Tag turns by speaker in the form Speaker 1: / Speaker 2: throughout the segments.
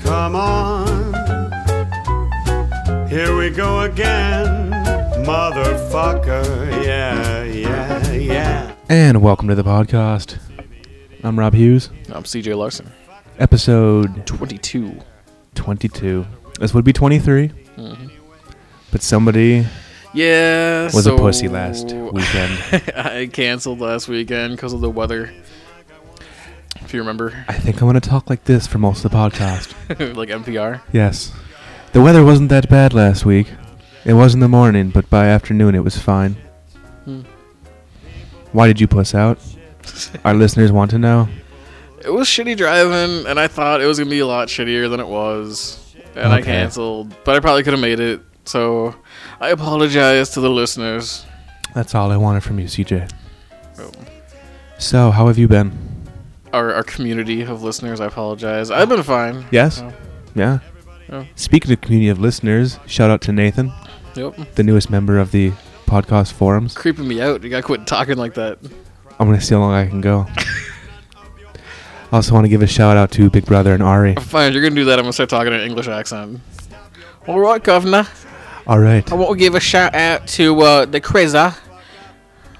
Speaker 1: come on. Here we go again, motherfucker. Yeah, yeah, yeah.
Speaker 2: And welcome to the podcast. I'm Rob Hughes,
Speaker 3: I'm CJ Larson.
Speaker 2: episode
Speaker 3: 22.
Speaker 2: 22. This would be 23,
Speaker 3: Mhm.
Speaker 2: but somebody
Speaker 3: Yeah.
Speaker 2: was
Speaker 3: so
Speaker 2: a pussy last weekend.
Speaker 3: I canceled last weekend because of the weather. If you remember,
Speaker 2: I think I'm going to talk like this for most of the podcast.
Speaker 3: like NPR.
Speaker 2: Yes. The weather wasn't that bad last week. It was in the morning, but by afternoon it was fine.
Speaker 3: Hmm.
Speaker 2: Why did you puss out? Our listeners want to know.
Speaker 3: It was shitty driving, and I thought it was gonna be a lot shittier than it was, and I
Speaker 2: Okay.
Speaker 3: canceled. But I probably could have made it. So I apologize to the listeners.
Speaker 2: That's all I wanted from you, CJ.
Speaker 3: Oh.
Speaker 2: So, how have you been?
Speaker 3: Our, our community of listeners, I apologize. I've been fine.
Speaker 2: Yes?
Speaker 3: Oh.
Speaker 2: Yeah.
Speaker 3: Oh.
Speaker 2: Speaking of community of listeners, shout out to Nathan,
Speaker 3: Yep.
Speaker 2: the newest member of the podcast forums.
Speaker 3: Creeping me out. You gotta quit talking like that.
Speaker 2: I'm going to see how long I can go. I also want to give a shout out to Big Brother and Ari.
Speaker 3: Fine, if you're gonna do that. I'm gonna start talking in an English accent. All right, governor.
Speaker 2: All right.
Speaker 3: I want to give a shout out to uh, the quizzer.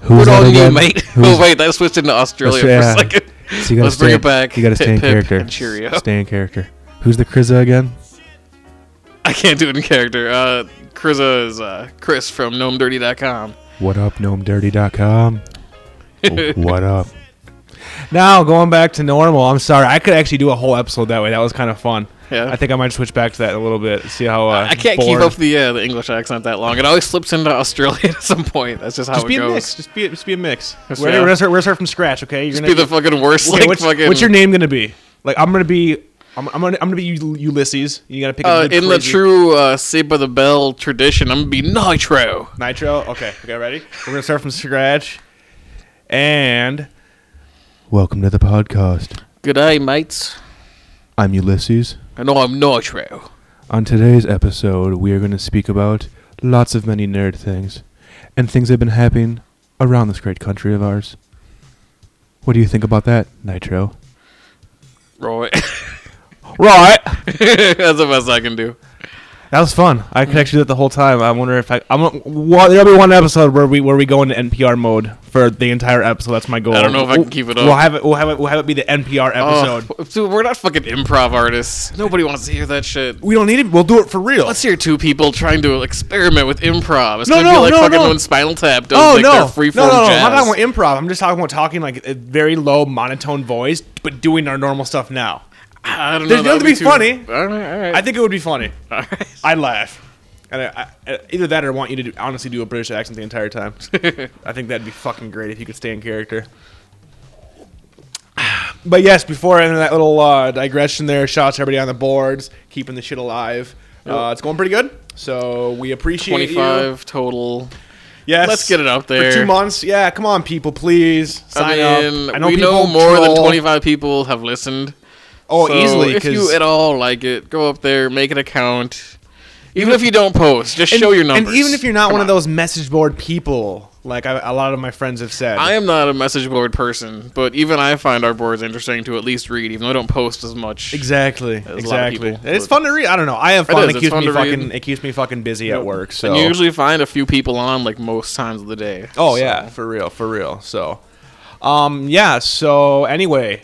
Speaker 2: Who was
Speaker 3: Good
Speaker 2: that
Speaker 3: on you,
Speaker 2: again?
Speaker 3: mate.
Speaker 2: Who was-
Speaker 3: oh wait, that switched into Australia
Speaker 2: That's- yeah.
Speaker 3: for a second.
Speaker 2: So you gotta
Speaker 3: Let's bring
Speaker 2: stay-
Speaker 3: it back.
Speaker 2: You gotta
Speaker 3: Pip,
Speaker 2: stay in
Speaker 3: pip,
Speaker 2: character.
Speaker 3: and cheerio.
Speaker 2: Stay in character. Who's the Krizza again?
Speaker 3: I can't do it in character. Uh, Krizza is uh, Chris from gnomedirty.com.
Speaker 2: What up, gnomedirty.com? Oh, what up? Now going back to normal. I'm sorry. I could actually do a whole episode that way. That was kind of fun.
Speaker 3: Yeah.
Speaker 2: I think I might switch back to that in a little bit. See how uh,
Speaker 3: I can't
Speaker 2: bored-
Speaker 3: keep up the uh, the English accent that long. It always slips into Australian at some point. That's just how
Speaker 2: Just
Speaker 3: it
Speaker 2: be a
Speaker 3: goes.
Speaker 2: mix. Just be just be a mix. We're,
Speaker 3: yeah.
Speaker 2: we're gonna start, we're gonna start from scratch. Okay. You're
Speaker 3: Just be the fucking worst.
Speaker 2: Okay,
Speaker 3: like,
Speaker 2: what's,
Speaker 3: fucking,
Speaker 2: what's your name gonna be? Like I'm gonna be. I'm, I'm gonna I'm gonna be U- Ulysses. You gotta pick a
Speaker 3: Uh,
Speaker 2: good
Speaker 3: in the
Speaker 2: crazy-
Speaker 3: true uh, Saved by the Bell tradition, I'm gonna be Nitro.
Speaker 2: Nitro. Okay, okay, ready? We're gonna start from scratch. And welcome to the podcast.
Speaker 3: Good day, mates.
Speaker 2: I'm Ulysses.
Speaker 3: I know I'm Nitro.
Speaker 2: On today's episode, we are going to speak about lots of many nerd things and things that have been happening around this great country of ours. What do you think about that, Nitro?
Speaker 3: Roy.
Speaker 2: Right.
Speaker 3: That's the best I can do.
Speaker 2: That was fun. I could actually do that the whole time. I wonder if I. I'm. Well, there'll be one episode where we where we go into NPR mode for the entire episode. That's my goal.
Speaker 3: I don't know if I can keep it up.
Speaker 2: We'll have it. We'll have it. We'll have it be the NPR
Speaker 3: Oh,
Speaker 2: episode.
Speaker 3: dude, we're not fucking improv artists. Nobody wants to hear that shit.
Speaker 2: We don't need it. We'll do it for real.
Speaker 3: Let's hear two people trying to experiment with improv. It's
Speaker 2: No,
Speaker 3: gonna
Speaker 2: no,
Speaker 3: be like
Speaker 2: no,
Speaker 3: fucking
Speaker 2: no.
Speaker 3: when Spinal Tap does
Speaker 2: oh
Speaker 3: like
Speaker 2: no.
Speaker 3: their freeform
Speaker 2: no, no, no.
Speaker 3: jazz.
Speaker 2: I'm not talking about improv. I'm just talking about talking like a very low monotone voice, but doing our normal stuff now.
Speaker 3: I don't know.
Speaker 2: There's
Speaker 3: that would
Speaker 2: nothing to be
Speaker 3: too- All right, all right.
Speaker 2: I think it would be funny.
Speaker 3: all right.
Speaker 2: I'd laugh. And I, I, either that or I want you to do, honestly do a British accent the entire time. I think that'd be fucking great if you could stay in character. But yes, before I end that little uh, digression there, shout out to everybody on the boards, keeping the shit alive. Uh, it's going pretty good, so we appreciate you.
Speaker 3: 25 total.
Speaker 2: Yes,
Speaker 3: Let's get it up there.
Speaker 2: For two months, yeah. Come on, people, please sign
Speaker 3: I mean,
Speaker 2: up.
Speaker 3: we know more than
Speaker 2: troll.
Speaker 3: 25 people have listened.
Speaker 2: Oh,
Speaker 3: So
Speaker 2: easily.
Speaker 3: If you
Speaker 2: 'cause-
Speaker 3: at all like it, go up there, make an account. Even if you don't post, just
Speaker 2: and-
Speaker 3: show your numbers.
Speaker 2: And even if you're not
Speaker 3: Come
Speaker 2: one of
Speaker 3: on.
Speaker 2: those message board people, like I, a lot of my friends have said,
Speaker 3: I am not a message board person, but even I find our boards interesting to at least read, even though I don't post as much.
Speaker 2: Exactly.
Speaker 3: There's a lot of
Speaker 2: Exactly.
Speaker 3: people,
Speaker 2: And it's
Speaker 3: but-
Speaker 2: fun to read. I don't know. I have
Speaker 3: It
Speaker 2: fun.
Speaker 3: is,
Speaker 2: It,
Speaker 3: it's
Speaker 2: keeps
Speaker 3: fun
Speaker 2: me
Speaker 3: to read.
Speaker 2: fucking. It keeps me fucking busy at work. So.
Speaker 3: And you usually find a few people on like most times of the day.
Speaker 2: oh
Speaker 3: So,
Speaker 2: yeah, for real, for real. So, um, yeah. So anyway,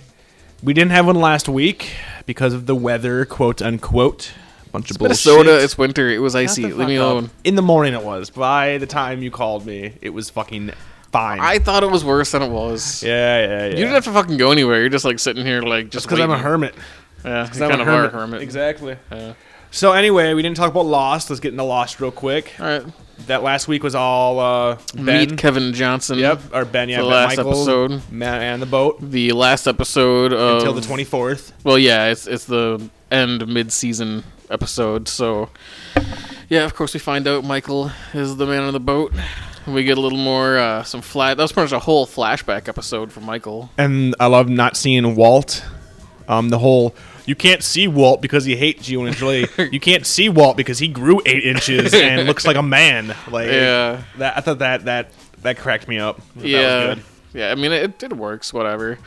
Speaker 2: we didn't have one last week because of the weather, quote unquote. Bunch of
Speaker 3: Minnesota,
Speaker 2: bullshit.
Speaker 3: it's winter. It was
Speaker 2: Shut the
Speaker 3: icy. Leave
Speaker 2: fuck
Speaker 3: me
Speaker 2: up.
Speaker 3: alone.
Speaker 2: In the morning it was. By the time you called me, it was fucking fine.
Speaker 3: I thought it was worse than it was.
Speaker 2: yeah, yeah, yeah.
Speaker 3: You didn't have to fucking go anywhere. You're just like sitting here, like just
Speaker 2: because I'm a
Speaker 3: waiting.
Speaker 2: hermit.
Speaker 3: Yeah, you
Speaker 2: I'm
Speaker 3: kind
Speaker 2: a
Speaker 3: of are a hermit.
Speaker 2: Exactly.
Speaker 3: Yeah.
Speaker 2: So anyway, we didn't talk about Lost. Let's get into Lost real quick.
Speaker 3: All right.
Speaker 2: That last week was all uh, Ben.
Speaker 3: Meet Kevin Johnson.
Speaker 2: Yep, or Ben. Yeah,
Speaker 3: The
Speaker 2: Ben
Speaker 3: last
Speaker 2: Michael,
Speaker 3: episode.
Speaker 2: Matt and the boat
Speaker 3: The last episode of
Speaker 2: until the twenty fourth.
Speaker 3: Well, yeah, it's it's the end mid season episode, so yeah, of course we find out Michael is the man on the boat. We get a little more uh, some flat. That was pretty much a whole flashback episode for Michael.
Speaker 2: And I love not seeing Walt. Um, the whole you can't see Walt because he hates you, and it's really you can't see Walt because he grew eight inches and looks like a man. Like
Speaker 3: Yeah.
Speaker 2: that I thought that that that cracked me up. That was
Speaker 3: yeah,
Speaker 2: good.
Speaker 3: yeah. I mean, it it works. Whatever.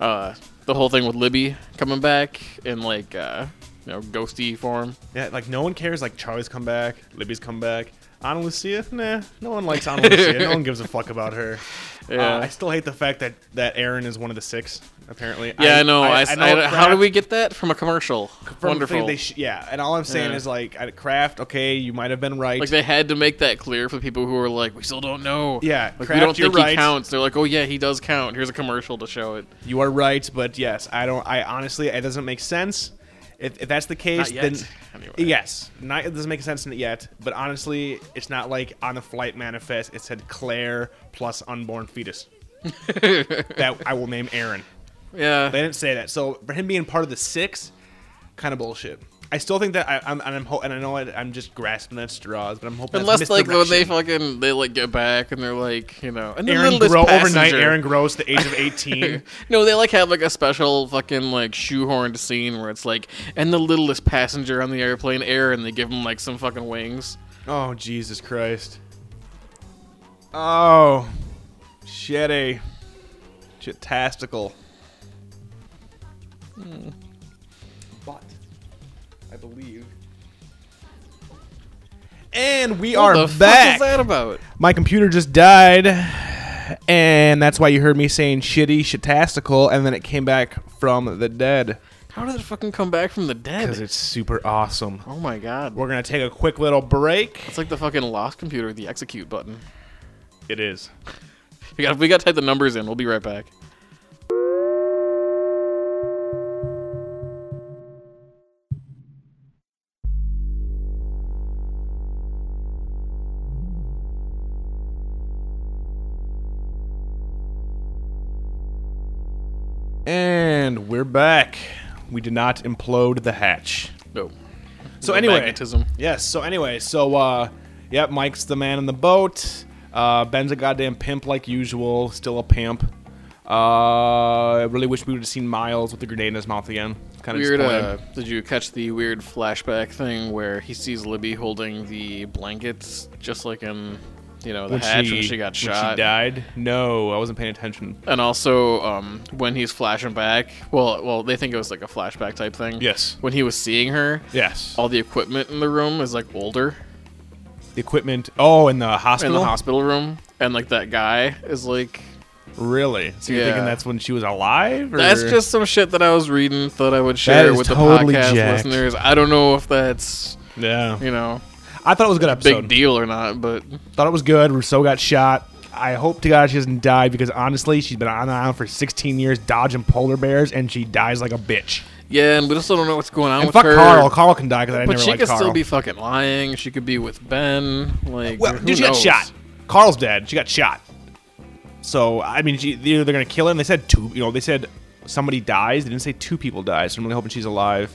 Speaker 3: Uh, the whole thing with Libby coming back and like uh, you know, ghosty form.
Speaker 2: Yeah, like no one cares. Like Charlie's come back, Libby's come back. Ana Lucia, nah, no one likes Ana Lucia. No one gives a fuck about her.
Speaker 3: Yeah.
Speaker 2: Uh, I still hate the fact that that Aaron is one of the six. Apparently,
Speaker 3: Yeah, I, know. I, I-
Speaker 2: know
Speaker 3: how
Speaker 2: Kraft-
Speaker 3: did we get that from a commercial?
Speaker 2: from the thing
Speaker 3: Wonderful.
Speaker 2: They sh- yeah, and all I'm saying
Speaker 3: Yeah.
Speaker 2: is like I- Kraft. Okay, you might have been right.
Speaker 3: like they had to make that clear for the people who are like, we still don't know.
Speaker 2: Yeah,
Speaker 3: like
Speaker 2: Kraft,
Speaker 3: we don't
Speaker 2: you're
Speaker 3: think
Speaker 2: right.
Speaker 3: he counts. They're like, oh yeah, he does count. Here's a commercial to show it.
Speaker 2: you are right, but yes, I don't. I honestly, it doesn't make sense. If, if that's the case,
Speaker 3: Not yet.
Speaker 2: then
Speaker 3: Anyway.
Speaker 2: yes, not, it doesn't make sense yet. But honestly, it's not like on the flight manifest it said Claire plus unborn fetus. that I will name Aaron.
Speaker 3: Yeah.
Speaker 2: They didn't say that. So for him being part of the six, kind of bullshit. I still think that I, I'm and I'm ho- and I know I, I'm just grasping at straws, but I'm hoping that's
Speaker 3: Unless like when they
Speaker 2: misdirection.
Speaker 3: fucking they like get back and they're like you know and
Speaker 2: Aaron
Speaker 3: the
Speaker 2: Grow
Speaker 3: littlest
Speaker 2: overnight.
Speaker 3: passenger-
Speaker 2: Aaron Gross, the age of eighteen.
Speaker 3: No, they like have like a special fucking like shoehorned scene where it's like and the littlest passenger on the airplane Aaron they give him like some fucking wings.
Speaker 2: oh Jesus Christ! Oh, shitty, shitastical. Hmm. But I believe. And we are
Speaker 3: what the fuck
Speaker 2: back.
Speaker 3: is that about?
Speaker 2: my computer just died and that's why you heard me saying shitty shitastical and then it came back from the dead
Speaker 3: How did it fucking come back from the
Speaker 2: because
Speaker 3: dead?
Speaker 2: it's super awesome
Speaker 3: oh my god.
Speaker 2: we're gonna take a quick little break
Speaker 3: It's like the fucking lost computer with the execute button.
Speaker 2: it is
Speaker 3: We got we got to type the numbers in. We'll be right back.
Speaker 2: and we're back we did not implode the hatch
Speaker 3: No.
Speaker 2: so
Speaker 3: No
Speaker 2: anyway
Speaker 3: magnetism.
Speaker 2: yes so anyway so uh yep mike's the man in the boat uh ben's a goddamn pimp like usual still a pimp uh i really wish we would have seen miles with the grenade in his mouth again kind of
Speaker 3: Weird. Uh, did you catch the weird flashback thing where he sees Libby holding the blankets, just like in, you know, the hatch when she got
Speaker 2: When she
Speaker 3: shot?
Speaker 2: died? No, I wasn't paying attention.
Speaker 3: and also, um, when he's flashing back, well, well, they think it was like a flashback type thing.
Speaker 2: Yes.
Speaker 3: When he was seeing her,
Speaker 2: Yes.
Speaker 3: all the equipment in the room is like older
Speaker 2: the equipment. Oh, in the
Speaker 3: in
Speaker 2: hospital?
Speaker 3: the hospital room, and like that guy is like
Speaker 2: Really? So you're
Speaker 3: Yeah.
Speaker 2: thinking that's when she was alive? Or?
Speaker 3: That's just some shit that I was reading. Thought I would share
Speaker 2: is
Speaker 3: with the
Speaker 2: totally
Speaker 3: podcast
Speaker 2: jacked.
Speaker 3: listeners. I don't know if that's
Speaker 2: Yeah.
Speaker 3: you know
Speaker 2: I thought it was a good
Speaker 3: big
Speaker 2: episode.
Speaker 3: deal or not, but
Speaker 2: Thought it was good. Rousseau got shot. I hope to God she doesn't die because honestly, she's been on the island for 16 years dodging polar bears and she dies like a bitch.
Speaker 3: yeah, and we just don't know what's going on
Speaker 2: And
Speaker 3: with
Speaker 2: fuck
Speaker 3: her.
Speaker 2: Carl. Carl can die because I
Speaker 3: but
Speaker 2: never
Speaker 3: she
Speaker 2: liked
Speaker 3: could
Speaker 2: Carl.
Speaker 3: still be fucking lying. She could be with Ben. Like,
Speaker 2: Well,
Speaker 3: who
Speaker 2: dude, she
Speaker 3: knows?
Speaker 2: got shot. Carl's dead. She got shot. So I mean, she, either they're gonna kill her. And they said two. You know, they said somebody dies. They didn't say two people die. So I'm really hoping she's alive.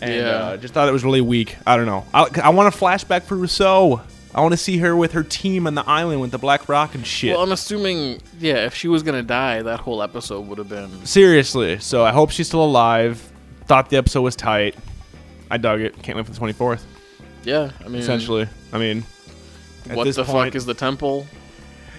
Speaker 2: And
Speaker 3: Yeah.
Speaker 2: uh, just thought it was really weak. I don't know. I, I want a flashback for Rousseau. I want to see her with her team on the island with the Black Rock and shit.
Speaker 3: Well, I'm assuming yeah, if she was gonna die, that whole episode would have been
Speaker 2: Seriously. So I hope she's still alive. Thought the episode was tight. I dug it. Can't wait for the
Speaker 3: Mm.
Speaker 2: 24th.
Speaker 3: yeah. I mean,
Speaker 2: Essentially. I mean, at
Speaker 3: what
Speaker 2: this
Speaker 3: the
Speaker 2: point-
Speaker 3: fuck is the temple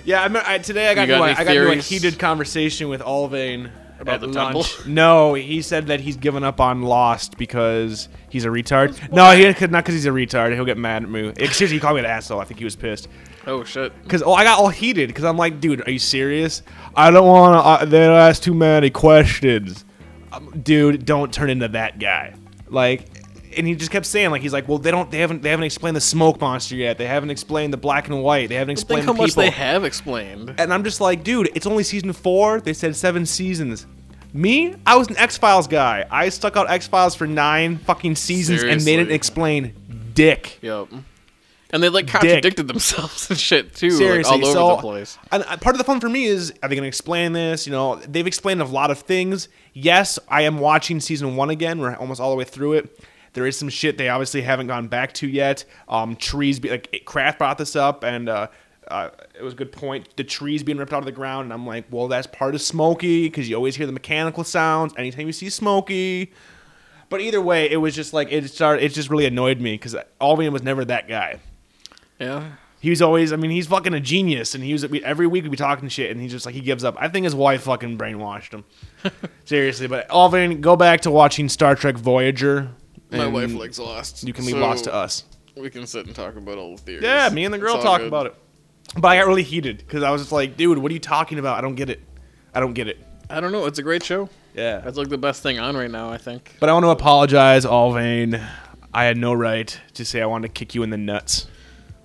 Speaker 2: Yeah, I, mean, I today I got,
Speaker 3: got
Speaker 2: into, a,
Speaker 3: any
Speaker 2: I got into a
Speaker 3: theories?
Speaker 2: heated conversation with Alvain
Speaker 3: About
Speaker 2: at
Speaker 3: the
Speaker 2: lunch.
Speaker 3: temple?
Speaker 2: No, he said that he's given up on Lost because he's a retard. No, he could not because he's a retard. He'll get mad at me. Excuse me, he called me an asshole. I think he was pissed
Speaker 3: Oh shit!
Speaker 2: because oh, I got all heated because I'm like, dude, are you serious? I don't want to. Uh, they don't ask too many questions, um, dude. Don't turn into that guy. Like, and he just kept saying like he's like, well, they don't. They haven't. They haven't explained the smoke monster yet. They haven't explained the black and white. They haven't
Speaker 3: Think
Speaker 2: explained
Speaker 3: how
Speaker 2: the
Speaker 3: much
Speaker 2: people.
Speaker 3: they have explained.
Speaker 2: And I'm just like, dude, it's only season four. They said seven seasons. Me, I was an X Files guy. I stuck out X Files for nine fucking seasons, and they didn't
Speaker 3: Seriously.
Speaker 2: explain dick.
Speaker 3: Yep. And they like contradicted themselves and shit too, like, all
Speaker 2: Seriously,
Speaker 3: over
Speaker 2: so
Speaker 3: the place.
Speaker 2: And uh, part of the fun for me is are they going to explain this? You know, they've explained a lot of things. Yes, I am watching season one again. We're almost all the way through it. There is some shit they obviously haven't gone back to yet. Um, trees, be, like Kraft brought this up, and uh, uh, it was a good point. The trees being ripped out of the ground, and I'm like, well, that's part of Smokey because you always hear the mechanical sounds anytime you see Smokey. But either way, it was just like it started. It just really annoyed me because Alvin was never that guy.
Speaker 3: Yeah.
Speaker 2: He was always, I mean, he's fucking a genius, and he was we- every week we'd be talking shit, and he's just like he gives up. I think his wife fucking brainwashed him, seriously. But Alvin, go back to watching Star Trek Voyager.
Speaker 3: My
Speaker 2: and
Speaker 3: wife likes Lost.
Speaker 2: You can leave
Speaker 3: so
Speaker 2: Lost to us.
Speaker 3: We can sit and talk about all the theories.
Speaker 2: Yeah, me and the girl talk about it. But I got really heated because I was just like, dude, what are you talking about? I don't get it. I don't get it.
Speaker 3: I don't know. It's a great show.
Speaker 2: Yeah.
Speaker 3: That's like the best thing on right now. I think.
Speaker 2: But I want to apologize, Alvain. I had no right to say I wanted to kick you in the nuts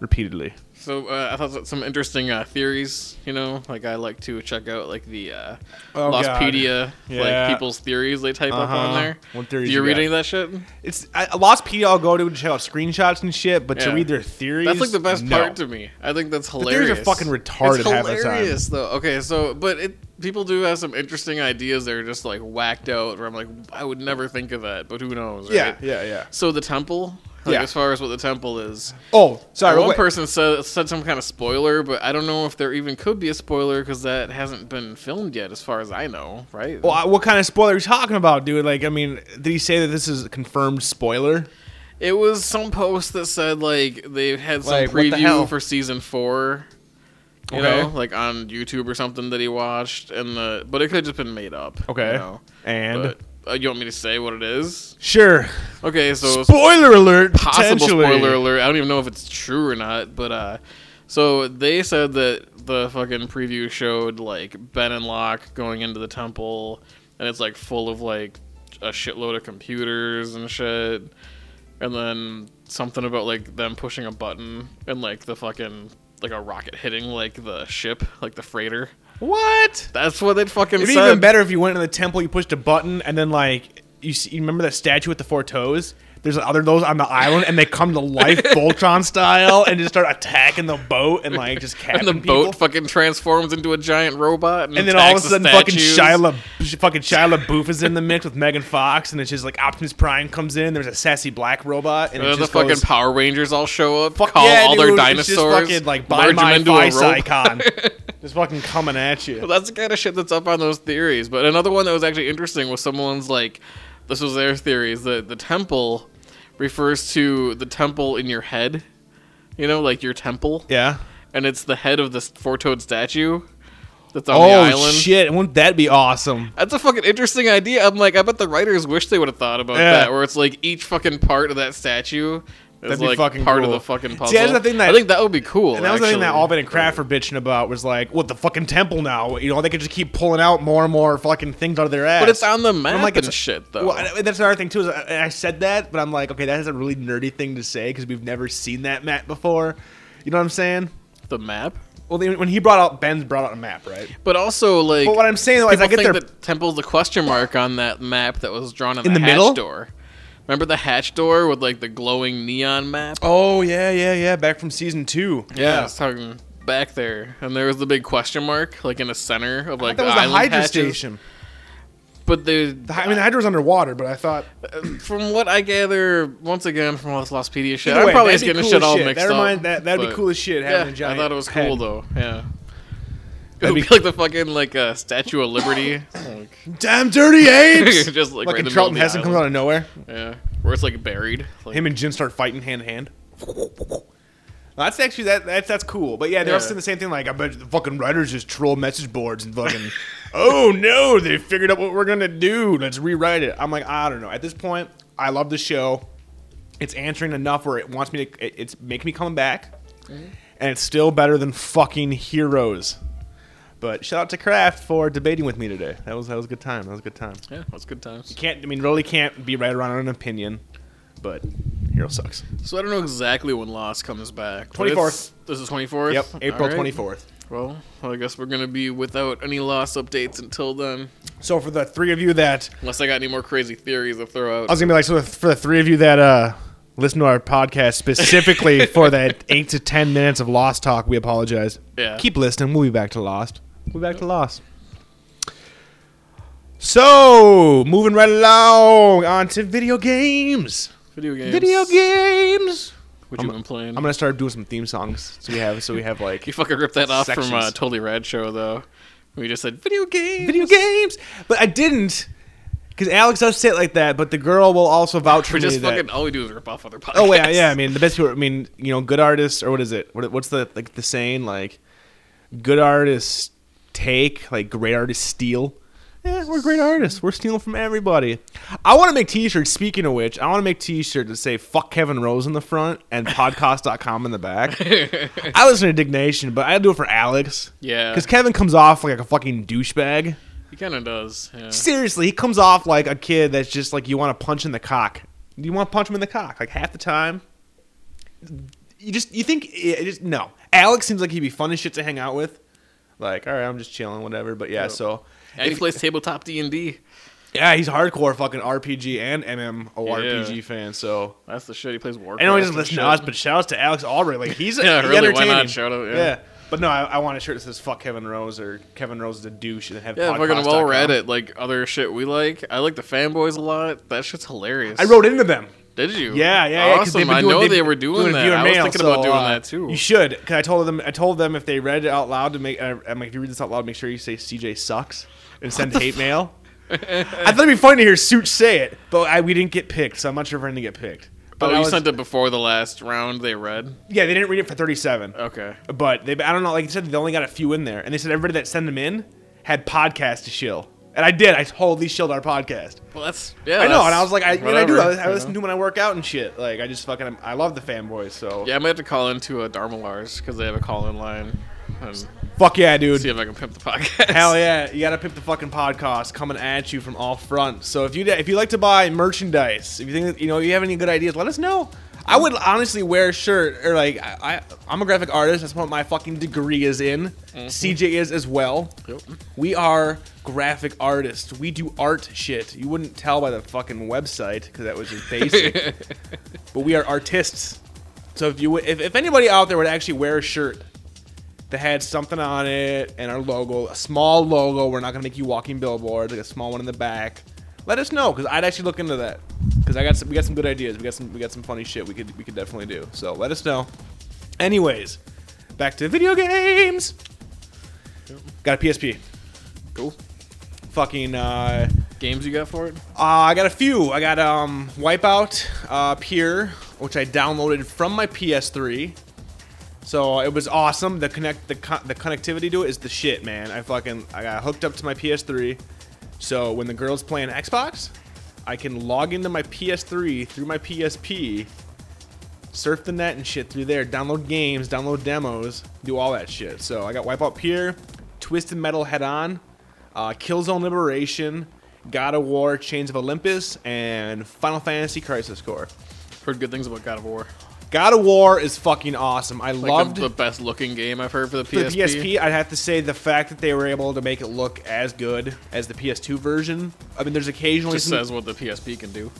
Speaker 2: repeatedly.
Speaker 3: So uh, I thought that some interesting uh, theories. You know, like I like to check out like the uh,
Speaker 2: Oh, God.
Speaker 3: Lostpedia,
Speaker 2: Yeah.
Speaker 3: like people's theories they type up
Speaker 2: Uh-huh.
Speaker 3: on there.
Speaker 2: What
Speaker 3: Do
Speaker 2: theories
Speaker 3: you
Speaker 2: you
Speaker 3: read
Speaker 2: got?
Speaker 3: any of that shit?
Speaker 2: It's I, I lost P. I'll go to and check out screenshots and shit, but to
Speaker 3: Yeah.
Speaker 2: read their theories,
Speaker 3: That's like the best
Speaker 2: no.
Speaker 3: part to me. I think that's
Speaker 2: theories are
Speaker 3: hilarious.
Speaker 2: fucking retarded
Speaker 3: It's
Speaker 2: half the time.
Speaker 3: hilarious though. Okay, so but it people do have some interesting ideas that are just like whacked out. Where I'm like, I would never think of that, but who knows?
Speaker 2: Yeah,
Speaker 3: right?
Speaker 2: yeah, yeah.
Speaker 3: So the temple, like
Speaker 2: Yeah.
Speaker 3: as far as what the temple is,
Speaker 2: Oh, sorry.
Speaker 3: one
Speaker 2: wait.
Speaker 3: person said said some kind of spoiler, but I don't know if there even could be a spoiler because that hasn't been filmed yet, as far as I know. Right?
Speaker 2: Well, I- what kind of spoiler are you talking about, dude? Like, I mean, did he say that this is a confirmed spoiler?
Speaker 3: it was some post that said like they had some
Speaker 2: Like, what the hell?
Speaker 3: preview for season four. You
Speaker 2: Okay.
Speaker 3: know, like on YouTube or something that he watched, and the but it could have just been made up.
Speaker 2: Okay.
Speaker 3: you know.
Speaker 2: And
Speaker 3: But, uh, you want me to say what it is?
Speaker 2: sure.
Speaker 3: Okay, so it's
Speaker 2: Spoiler alert.
Speaker 3: possible
Speaker 2: potentially.
Speaker 3: spoiler alert. I don't even know if it's true or not, but uh so they said that the fucking preview showed like Ben and Locke going into the temple and it's like full of like a shitload of computers and shit. And then something about like them pushing a button and like the fucking like a rocket hitting like the ship, like the freighter.
Speaker 2: What?
Speaker 3: That's what they fucking
Speaker 2: It'd be
Speaker 3: said.
Speaker 2: even better if you went to the temple, you pushed a button, and then like you, see, you remember that statue with the four toes. There's other those on the island, and they come to life, Voltron style, and just start attacking the boat and like just
Speaker 3: and
Speaker 2: capturing
Speaker 3: the
Speaker 2: people.
Speaker 3: boat fucking transforms into a giant robot and,
Speaker 2: and then all of a
Speaker 3: attacks the
Speaker 2: sudden, fucking
Speaker 3: statues.
Speaker 2: Shia, La, fucking Shia LaBeouf is in the mix with Megan Fox, and it's just like Optimus Prime comes in. There's a sassy black robot, and it
Speaker 3: Uh, the
Speaker 2: just
Speaker 3: fucking
Speaker 2: goes,
Speaker 3: Power Rangers all show up,
Speaker 2: Fuck
Speaker 3: call
Speaker 2: yeah,
Speaker 3: all their
Speaker 2: dude,
Speaker 3: dinosaurs,
Speaker 2: It's just fucking like buy
Speaker 3: merge them
Speaker 2: my
Speaker 3: into a
Speaker 2: vice
Speaker 3: rope.
Speaker 2: icon, just fucking coming at you.
Speaker 3: That's the kind of shit that's up on those theories. But another one that was actually interesting was someone's like, this was their theories that the temple refers to the temple in your head, you know, like your temple,
Speaker 2: Yeah.
Speaker 3: and it's the head of this four-toed statue that's on the
Speaker 2: Oh
Speaker 3: island.
Speaker 2: shit! Wouldn't that be awesome?
Speaker 3: That's a fucking interesting idea. I'm like, I bet the writers wish they would have thought about
Speaker 2: Yeah.
Speaker 3: that, where it's like each fucking part of that statue is
Speaker 2: That'd be
Speaker 3: like
Speaker 2: fucking
Speaker 3: part of
Speaker 2: cool.
Speaker 3: the fucking puzzle.
Speaker 2: that's the thing that-
Speaker 3: I think that would be cool.
Speaker 2: And that was the thing that
Speaker 3: actually.
Speaker 2: Alvin and Kraft were bitching about was like, what the fucking temple now? You know, they could just keep pulling out more and more fucking things out of their ass.
Speaker 3: But it's on the map
Speaker 2: I'm like,
Speaker 3: and
Speaker 2: it's-
Speaker 3: shit, though.
Speaker 2: Well, and that's another thing too. Is I, and I said that, but I'm like, okay, that is a really nerdy thing to say because we've never seen that map before. You know what I'm saying?
Speaker 3: the map.
Speaker 2: Well, they- when he brought out Ben's brought out a map, right?
Speaker 3: But also, like,
Speaker 2: But what I'm saying though is,
Speaker 3: people
Speaker 2: I get
Speaker 3: think
Speaker 2: their
Speaker 3: that temple's the question mark on that map that was drawn on
Speaker 2: In
Speaker 3: the,
Speaker 2: the
Speaker 3: hatch
Speaker 2: middle?
Speaker 3: door. Remember the hatch door with like the glowing neon map?
Speaker 2: oh yeah, yeah, yeah, back from season two.
Speaker 3: I was talking back there, and there was the big question mark, like in the center of like
Speaker 2: that
Speaker 3: the
Speaker 2: was the
Speaker 3: island
Speaker 2: Hydra
Speaker 3: hatches.
Speaker 2: station.
Speaker 3: But the,
Speaker 2: The, hy- I mean, the Hydra was underwater, but I thought
Speaker 3: from what I gather, once again from all this Lostpedia shit,
Speaker 2: Either
Speaker 3: I'm
Speaker 2: way,
Speaker 3: probably
Speaker 2: that'd
Speaker 3: just
Speaker 2: be
Speaker 3: getting
Speaker 2: cool
Speaker 3: shit
Speaker 2: as
Speaker 3: all
Speaker 2: shit.
Speaker 3: mixed
Speaker 2: That
Speaker 3: up.
Speaker 2: remind- that- that'd be
Speaker 3: but-
Speaker 2: cool as shit having a giant
Speaker 3: I thought it was
Speaker 2: head.
Speaker 3: cool though. Yeah. It
Speaker 2: That'd
Speaker 3: would be
Speaker 2: be-
Speaker 3: like the fucking like uh, Statue of Liberty, like,
Speaker 2: damn dirty apes.
Speaker 3: just like right
Speaker 2: Fucking
Speaker 3: in the middle of
Speaker 2: Charlton
Speaker 3: the
Speaker 2: Heston comes
Speaker 3: island.
Speaker 2: out of nowhere.
Speaker 3: Yeah, where it's like buried. Like,
Speaker 2: Him and Jin start fighting hand in hand. That's actually that that's that's cool, but yeah, they're
Speaker 3: Yeah.
Speaker 2: also saying the same thing. Like, I bet the fucking writers just troll message boards and fucking, oh no, they figured out what we're gonna do. Let's rewrite it. I'm like, I don't know. At this point, I love the show. It's answering enough where it wants me to. It, it's making me come back, and it's still better than fucking Heroes. But shout out to Kraft for debating with me today. That was that was a good time. That was a good time.
Speaker 3: yeah, that's good times.
Speaker 2: Can't I mean really can't be right around on an opinion, but Hero sucks.
Speaker 3: So I don't know exactly when Lost comes back. but
Speaker 2: 24th.
Speaker 3: it's- This is twenty fourth.
Speaker 2: Yep, April twenty fourth.
Speaker 3: Well, I guess we're gonna be without any Lost updates until then,
Speaker 2: So for the three of you that
Speaker 3: unless I got any more crazy theories to throw out.
Speaker 2: I was gonna be like, so for the three of you that uh, listen to our podcast specifically for that eight to ten minutes of Lost talk, we apologize.
Speaker 3: Yeah.
Speaker 2: Keep listening. We'll be back to Lost. We'll be back to Lost. So moving right along on to video games.
Speaker 3: video games.
Speaker 2: Video games.
Speaker 3: What you been playing?
Speaker 2: I'm gonna start doing some theme songs. So we have so we have like
Speaker 3: You fucking ripped that off from uh,
Speaker 2: Sections.
Speaker 3: Totally Rad Show, though. We just said video game.
Speaker 2: video games, but I didn't because Alex does sit like that. But the girl will also vouch for
Speaker 3: We
Speaker 2: me
Speaker 3: just
Speaker 2: that-
Speaker 3: fucking all we do is rip off other podcasts.
Speaker 2: Oh yeah, yeah. I mean, the best people. I mean, you know, good artists or what is it? What, what's the like the saying? Like, good artists take, like great artists steal. eh, we're great artists. We're stealing from everybody. I want to make t-shirts. Speaking of which, I want to make t-shirts that say "fuck Kevin Rose" in the front and podcast.com in the back. I listen to Dignation, but I do it for Alex.
Speaker 3: Yeah.
Speaker 2: because Kevin comes off like a fucking douchebag.
Speaker 3: He kind of does. Yeah.
Speaker 2: Seriously, he comes off like a kid that's just like you want to punch in the cock. You want to punch him in the cock like half the time. You just you think it, it just no. Alex seems like he'd be fun as shit to hang out with. Like all right, I'm just chilling, whatever. But yeah, so
Speaker 3: And he plays tabletop D and D.
Speaker 2: yeah, he's hardcore fucking RPG and MMORPG
Speaker 3: Yeah.
Speaker 2: fan. So
Speaker 3: That's the shit. He plays Warcraft.
Speaker 2: I know he doesn't
Speaker 3: and
Speaker 2: listen
Speaker 3: shit.
Speaker 2: to us, but shout out to Alex Albright. Like he's
Speaker 3: Yeah,
Speaker 2: he's
Speaker 3: really, why
Speaker 2: entertaining.
Speaker 3: not? Shout out, yeah.
Speaker 2: But no, I, I want a shirt that says "fuck Kevin Rose" or "Kevin Rose is a douche" and have
Speaker 3: Yeah, fucking
Speaker 2: podcast.com.
Speaker 3: well read it. Like other shit we like. I like the fanboys a lot. That shit's hilarious.
Speaker 2: I wrote into them.
Speaker 3: Did you?
Speaker 2: Yeah, yeah, yeah. 'cause
Speaker 3: Awesome.
Speaker 2: they've been
Speaker 3: I
Speaker 2: doing-
Speaker 3: know
Speaker 2: they've
Speaker 3: they
Speaker 2: been
Speaker 3: were doing that.
Speaker 2: viewer
Speaker 3: I was
Speaker 2: mail,
Speaker 3: thinking
Speaker 2: so,
Speaker 3: about doing
Speaker 2: uh,
Speaker 3: that too.
Speaker 2: You should, because I told them. I told them if they read it out loud to make. Uh, I'm like, if you read this out loud, make sure you say CJ sucks and send hate mail. I thought it'd be funny to hear Suits say it, but I, we didn't get picked, so I'm not sure if we're gonna get picked. But
Speaker 3: oh,
Speaker 2: I
Speaker 3: you
Speaker 2: was-
Speaker 3: sent it before the last round. They read.
Speaker 2: Yeah, they didn't read it for 37.
Speaker 3: Okay.
Speaker 2: But they, I don't know. Like I said, they only got a few in there, and they said everybody that sent them in had podcast to shill, and I did. I totally shilled our podcast.
Speaker 3: Well, that's yeah.
Speaker 2: I know,
Speaker 3: that's-
Speaker 2: and I was like, I, and I do. I,
Speaker 3: whatever,
Speaker 2: I
Speaker 3: you
Speaker 2: listen
Speaker 3: know.
Speaker 2: to when I work out and shit. Like I just fucking, I love the fanboys. So
Speaker 3: Yeah, I might have to call into a Darmalars because they have a call in line and
Speaker 2: fuck yeah, dude.
Speaker 3: see if I can pimp the podcast.
Speaker 2: Hell yeah! You gotta pick the fucking podcast coming at you from all fronts. So if you if you like to buy merchandise, if you think that, you know you have any good ideas, let us know. I would honestly wear a shirt or like I, I I'm a graphic artist. That's what my fucking degree is in. CJ is as well.
Speaker 3: Mm-hmm. Yep.
Speaker 2: We are graphic artists. We do art shit. You wouldn't tell by the fucking website because that was just basic. but we are artists. So if you would- if, if anybody out there would actually wear a shirt that had something on it and our logo, a small logo. We're not gonna make you walking billboards, like a small one in the back. Let us know, cause I'd actually look into that. Cause I got some, we got some good ideas. We got some we got some funny shit we could we could definitely do. So let us know. Anyways, back to video games. Got a PSP.
Speaker 3: Cool.
Speaker 2: Fucking uh,
Speaker 3: Games you got for it?
Speaker 2: uh, I got a few. I got um, Wipeout uh, Pier, which I downloaded from my PS3. So it was awesome. The connect the co- the connectivity to it is the shit, man. I fucking I got hooked up to my PS3. So when the girls playing Xbox, I can log into my PS3 through my PSP, surf the net and shit through there, download games, download demos, do all that shit. So I got Wipeout Pier, Twisted Metal Head On, uh, Killzone Liberation, God of War, Chains of Olympus, and Final Fantasy Crisis Core.
Speaker 3: Heard good things about God of War.
Speaker 2: God of War is fucking awesome. I
Speaker 3: Like
Speaker 2: loved
Speaker 3: the, the best looking game I've heard for the
Speaker 2: for
Speaker 3: PSP.
Speaker 2: the PSP, I'd have to say the fact that they were able to make it look as good as the PS2 version. I mean, there's occasionally
Speaker 3: just
Speaker 2: some,
Speaker 3: says what the PSP can do.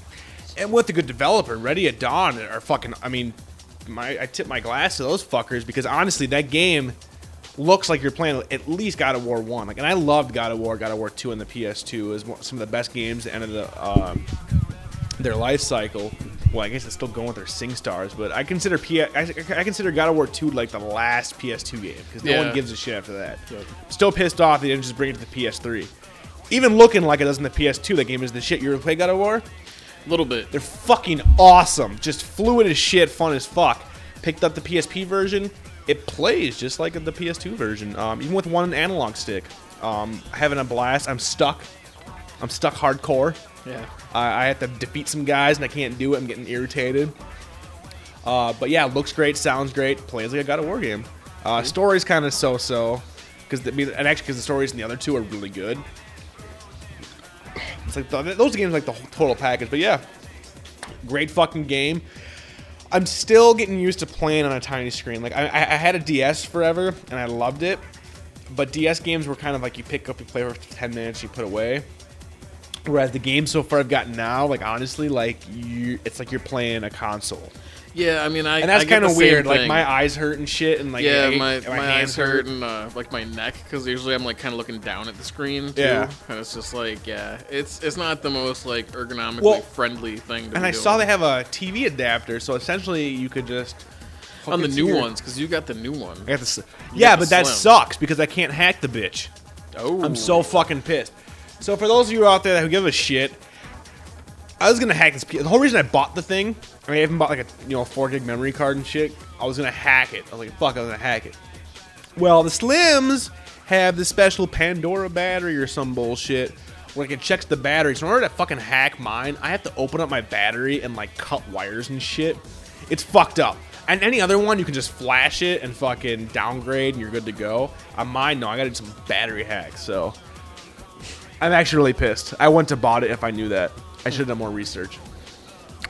Speaker 2: and with a good developer, Ready at Dawn are fucking. I mean, my I tip my glass to those fuckers because honestly, that game looks like you're playing at least God of War one. Like, and I loved God of War, God of War two, and the PS2 is one, some of the best games at the end of the um, their life cycle. Well, I guess it's still going with their SingStars, but I consider P- I, I consider God of War 2 like the last PS2 game because no
Speaker 3: Yeah.
Speaker 2: one gives a shit after that.
Speaker 3: Yep.
Speaker 2: Still pissed off they didn't just bring it to the PS3. Even looking like it does in the PS2, that game is the shit. You ever play God of War?
Speaker 3: A little bit.
Speaker 2: They're fucking awesome. Just fluid as shit, fun as fuck. Picked up the PSP version. It plays just like the PS2 version, um, even with one analog stick. Um, having a blast. I'm stuck. I'm stuck hardcore.
Speaker 3: Yeah.
Speaker 2: I, I have to defeat some guys and I can't do it. I'm getting irritated. Uh, but yeah, looks great, sounds great, plays like a God of War game. Uh, Story's kind of so-so, because and actually because the stories in the other two are really good. It's like the, those games are like the whole total package. But yeah, great fucking game. I'm still getting used to playing on a tiny screen. Like I, I I had a DS forever and I loved it, but DS games were kind of like you pick up, you play for 10 minutes, you put away. Whereas the game so far I've gotten now, like honestly, like you, it's like you're playing a console,
Speaker 3: Yeah, I mean, I
Speaker 2: and that's
Speaker 3: I get
Speaker 2: kind of
Speaker 3: the
Speaker 2: weird.
Speaker 3: same
Speaker 2: Like
Speaker 3: thing.
Speaker 2: my eyes hurt and shit, and like
Speaker 3: yeah,
Speaker 2: I-
Speaker 3: my, my,
Speaker 2: hands
Speaker 3: eyes hurt and uh, like my neck because usually I'm like kind of looking down at the screen. Too,
Speaker 2: Yeah.
Speaker 3: and it's just like yeah, it's it's not the most like ergonomically
Speaker 2: Well,
Speaker 3: friendly thing. To
Speaker 2: And
Speaker 3: be
Speaker 2: I saw
Speaker 3: doing.
Speaker 2: they have a TV adapter, so essentially you could just hook
Speaker 3: on the
Speaker 2: it to
Speaker 3: new
Speaker 2: your-
Speaker 3: ones because you got the new one.
Speaker 2: I got this. Yeah,
Speaker 3: the
Speaker 2: but that
Speaker 3: Slim.
Speaker 2: sucks because I can't hack the bitch.
Speaker 3: Oh,
Speaker 2: I'm so fucking pissed. So for those of you out there who give a shit, I was gonna hack this. P- the whole reason I bought the thing, I mean, I even bought like a you know four gig memory card and shit. I was gonna hack it. I was like, fuck, I was gonna hack it. Well, the Slims have the special Pandora battery or some bullshit like it checks the battery. So in order to fucking hack mine, I have to open up my battery and like cut wires and shit. It's fucked up. And any other one, you can just flash it and fucking downgrade, and you're good to go. On mine, no, I got to do some battery hacks. So I'm actually really pissed. I wouldn't have bought it if I knew that. I should have done more research.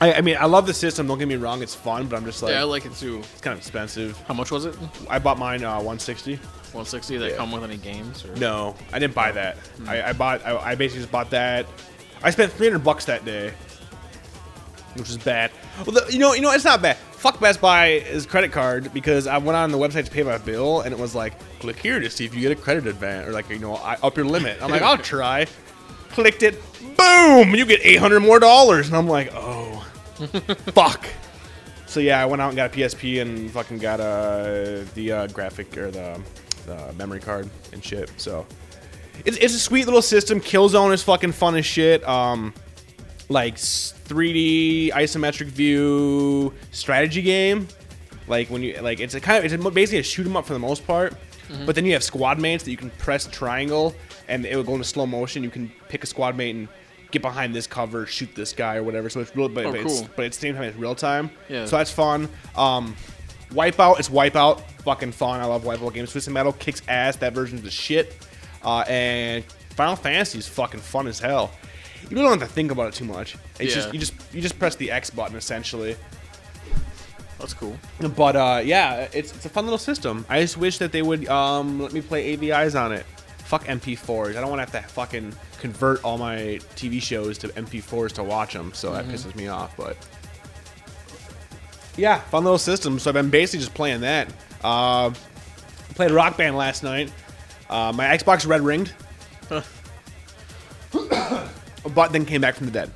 Speaker 2: I, I mean, I love the system. Don't get me wrong; it's fun, but I'm just like,
Speaker 3: yeah, I like it too.
Speaker 2: it's kind of expensive.
Speaker 3: How much was it?
Speaker 2: I bought mine uh, 160.
Speaker 3: 160. Did that
Speaker 2: Yeah.
Speaker 3: come with any games? Or?
Speaker 2: No, I didn't buy that. I, I bought. I, I basically just bought that. I spent 300 bucks that day, which is bad. Well, the, you know, you know, it's not bad. Fuck Best Buy is credit card because I went on the website to pay my bill and it was like, click here to see if you get a credit advance or like you know, I up your limit. I'm like, I'll try. Clicked it, boom! You get 800 more dollars, and I'm like, oh, fuck. So yeah, I went out and got a PSP and fucking got uh, the uh, graphic or the, the memory card and shit. So it's, it's a sweet little system. Killzone is fucking fun as shit. Um, like s- 3D isometric view strategy game. Like when you like, it's a kind of it's a, basically a shoot 'em up for the most part.
Speaker 3: Mm-hmm.
Speaker 2: But then you have squad mates that you can press triangle and it will go into slow motion. You can pick a squad mate and get behind this cover, shoot this guy or whatever. So it's real, but,
Speaker 3: Oh,
Speaker 2: but it's,
Speaker 3: cool.
Speaker 2: but at the same time it's real time.
Speaker 3: Yeah.
Speaker 2: So that's fun. Um, Wipeout, it's Wipeout, fucking fun. I love Wipeout games. Twisted Metal kicks ass. That version's the shit. Uh, and Final Fantasy is fucking fun as hell. You really don't have to think about it too much. It's
Speaker 3: Yeah.
Speaker 2: just you just you just press the X button essentially.
Speaker 3: That's cool.
Speaker 2: But uh, yeah, it's, it's a fun little system. I just wish that they would um, let me play AVIs on it. Fuck MP4s. I don't want to have to fucking convert all my TV shows to MP4s to watch them, so that pisses me off. But yeah, fun little system. So I've been basically just playing that. Uh, played Rock Band last night. Uh, my Xbox red ringed, but then came back from the dead.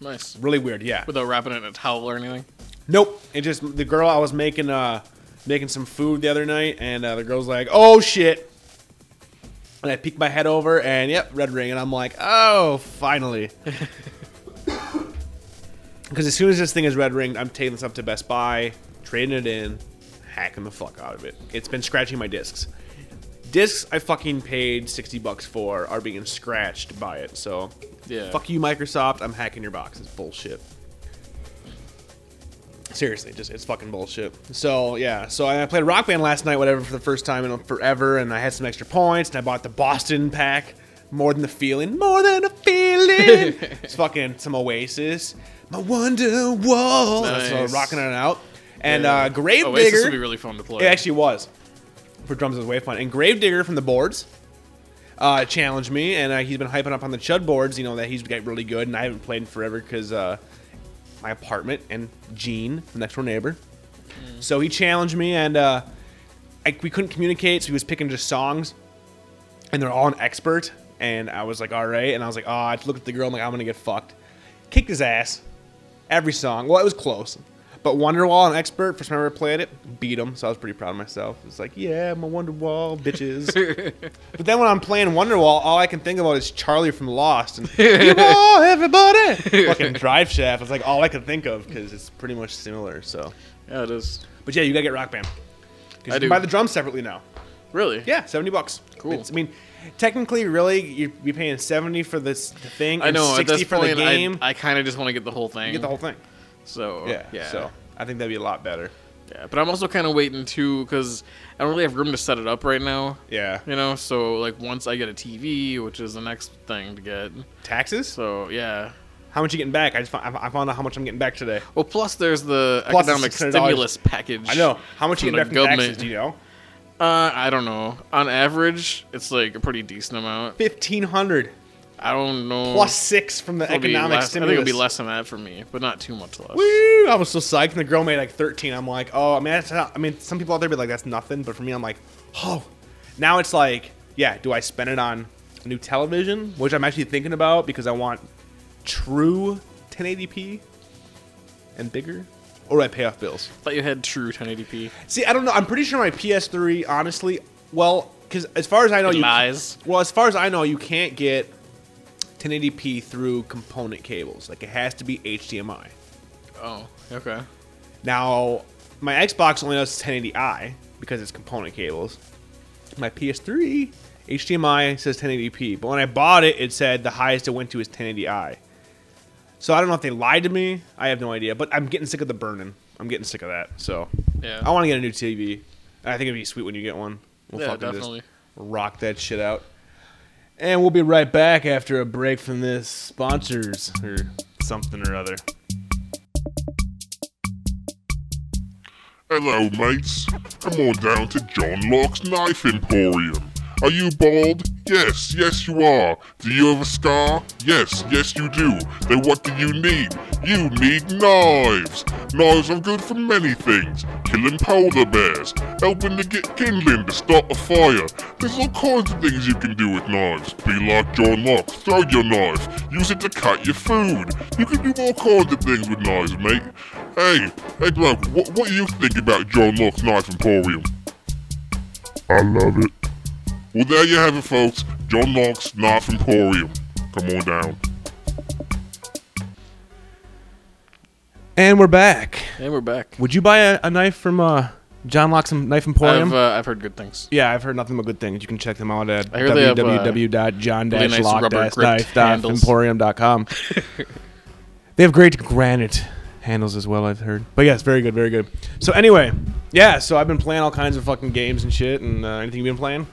Speaker 3: Nice.
Speaker 2: Really weird, yeah.
Speaker 3: Without wrapping it in a towel or anything.
Speaker 2: Nope. It just the girl I was making uh making some food the other night, and uh, the girl's like, "Oh shit," and I peeked my head over, and yep, red ring, and I'm like, "Oh, finally." Because as soon as this thing is red ringed, I'm taking this up to Best Buy, trading it in, hacking the fuck out of it. It's been scratching my discs. Discs I fucking paid sixty bucks for are being scratched by it. So,
Speaker 3: Yeah.
Speaker 2: fuck you, Microsoft. I'm hacking your box. It's bullshit. Seriously, just it's fucking bullshit. So yeah, so I played Rock Band last night, whatever, for the first time in forever, and I had some extra points, and I bought the Boston pack, more than the feeling, more than a feeling. it's fucking some Oasis, my Wonder Wall. That's what I was
Speaker 3: Nice.
Speaker 2: rocking it out, and
Speaker 3: Yeah.
Speaker 2: uh, Gravedigger.
Speaker 3: Oh, wait, this would be really fun to play.
Speaker 2: It actually was. For drums, it was way fun. And Gravedigger from the boards uh, challenged me, and uh, he's been hyping up on the Chud boards, you know, that he's got really good, and I haven't played in forever because uh, my apartment and Gene, the next door neighbor. So he challenged me, and uh, I, we couldn't communicate, so he was picking just songs, and they're all an expert. And I was like, all right. And I was like, oh, I looked at the girl, I'm like, I'm going to get fucked. Kicked his ass every song. Well, it was close. But Wonderwall, an expert, first time I ever played it, beat him. So I was pretty proud of myself. It's like, yeah, my Wonderwall, bitches. but then when I'm playing Wonderwall, all I can think about is Charlie from Lost and you all, everybody, fucking Drive Shaft. It's like all I could think of because it's pretty much similar. So,
Speaker 3: yeah, it is.
Speaker 2: but yeah, you gotta get Rock Band. 'Cause you
Speaker 3: I
Speaker 2: can
Speaker 3: do.
Speaker 2: buy the drums separately now.
Speaker 3: Really?
Speaker 2: Yeah, seventy bucks.
Speaker 3: Cool.
Speaker 2: It's- I mean, technically, really, you're, you're paying seventy for this thing.
Speaker 3: I know.
Speaker 2: and
Speaker 3: At this
Speaker 2: sixty for the
Speaker 3: point, I-
Speaker 2: game.
Speaker 3: I, kind of just want to get the whole thing.
Speaker 2: you get the whole thing.
Speaker 3: So
Speaker 2: Yeah,
Speaker 3: yeah.
Speaker 2: So I think that'd be a lot better.
Speaker 3: Yeah, but I'm also kind of waiting too because I don't really have room to set it up right now.
Speaker 2: Yeah.
Speaker 3: You know, so like once I get a TV, which is the next thing to get.
Speaker 2: Taxes?
Speaker 3: So yeah.
Speaker 2: How much you getting back? I just found, I I found out how much I'm getting back today.
Speaker 3: Well, plus there's the
Speaker 2: Plus the
Speaker 3: economic
Speaker 2: $600.
Speaker 3: stimulus package.
Speaker 2: I know how much you
Speaker 3: from
Speaker 2: getting back
Speaker 3: the
Speaker 2: from taxes. Do you know?
Speaker 3: Uh, I don't know. On average, it's like a pretty decent amount.
Speaker 2: Fifteen hundred
Speaker 3: I don't know.
Speaker 2: plus six from the
Speaker 3: It'll be
Speaker 2: economic
Speaker 3: less- I
Speaker 2: stimulus.
Speaker 3: think it'll be less than that for me, but not too much less.
Speaker 2: Woo! I was so psyched, and the girl made like thirteen. I'm like, oh, I mean, that's not, I mean, some people out there be like, that's nothing, but for me, I'm like, oh. Now it's like, yeah, do I spend it on new television, which I'm actually thinking about because I want true 1080p and bigger, or do I pay off bills?
Speaker 3: Thought you had true 1080p.
Speaker 2: See, I don't know. I'm pretty sure my PS3, honestly, well, because as far as I know,
Speaker 3: It
Speaker 2: you
Speaker 3: lies.
Speaker 2: Well, as far as I know, you can't get 1080p through component cables. Like it has to be HDMI.
Speaker 3: Oh, okay.
Speaker 2: Now, my Xbox only does 1080i because it's component cables. My PS3, HDMI says 1080p, but when I bought it, it said the highest it went to is 1080i. So I don't know if they lied to me. I have no idea, but I'm getting sick of the burning. I'm getting sick of that. So
Speaker 3: Yeah.
Speaker 2: I want to get a new TV. I think it'd be sweet when you get one. We'll
Speaker 3: Yeah,
Speaker 2: fucking
Speaker 3: definitely.
Speaker 2: just rock that shit out. And we'll be right back after a break from this sponsors or something or other.
Speaker 4: Hello, mates. Come on down to John Locke's Knife Emporium. Are you bald? Yes, yes, you are. Do you have a scar? Yes, yes, you do. Then what do you need? You need knives. Knives are good for many things killing polar bears, helping to get kindling to start a fire. There's all kinds of things you can do with knives. Be like John Locke, throw your knife, use it to cut your food. You can do all kinds of things with knives, mate. Hey, hey, bloke, what, what do you think about John Locke's Knife Emporium? I love it. Well, there you have it, folks. John Locke's Knife Emporium. Come on down.
Speaker 2: And we're back.
Speaker 3: And we're back.
Speaker 2: Would you buy a, a knife from uh, John Locke's Knife Emporium?
Speaker 3: I've, uh, I've heard good things.
Speaker 2: yeah, I've heard nothing but good things. You can check them out at
Speaker 3: I hear they have, uh, really nice rubber gripped handles.
Speaker 2: www.john-lock-knife.emporium.com.
Speaker 5: They have great granite handles as well, I've heard.
Speaker 2: But yes, very good, very good. So anyway, yeah, so I've been playing all kinds of fucking games and shit. And uh, anything you've been playing?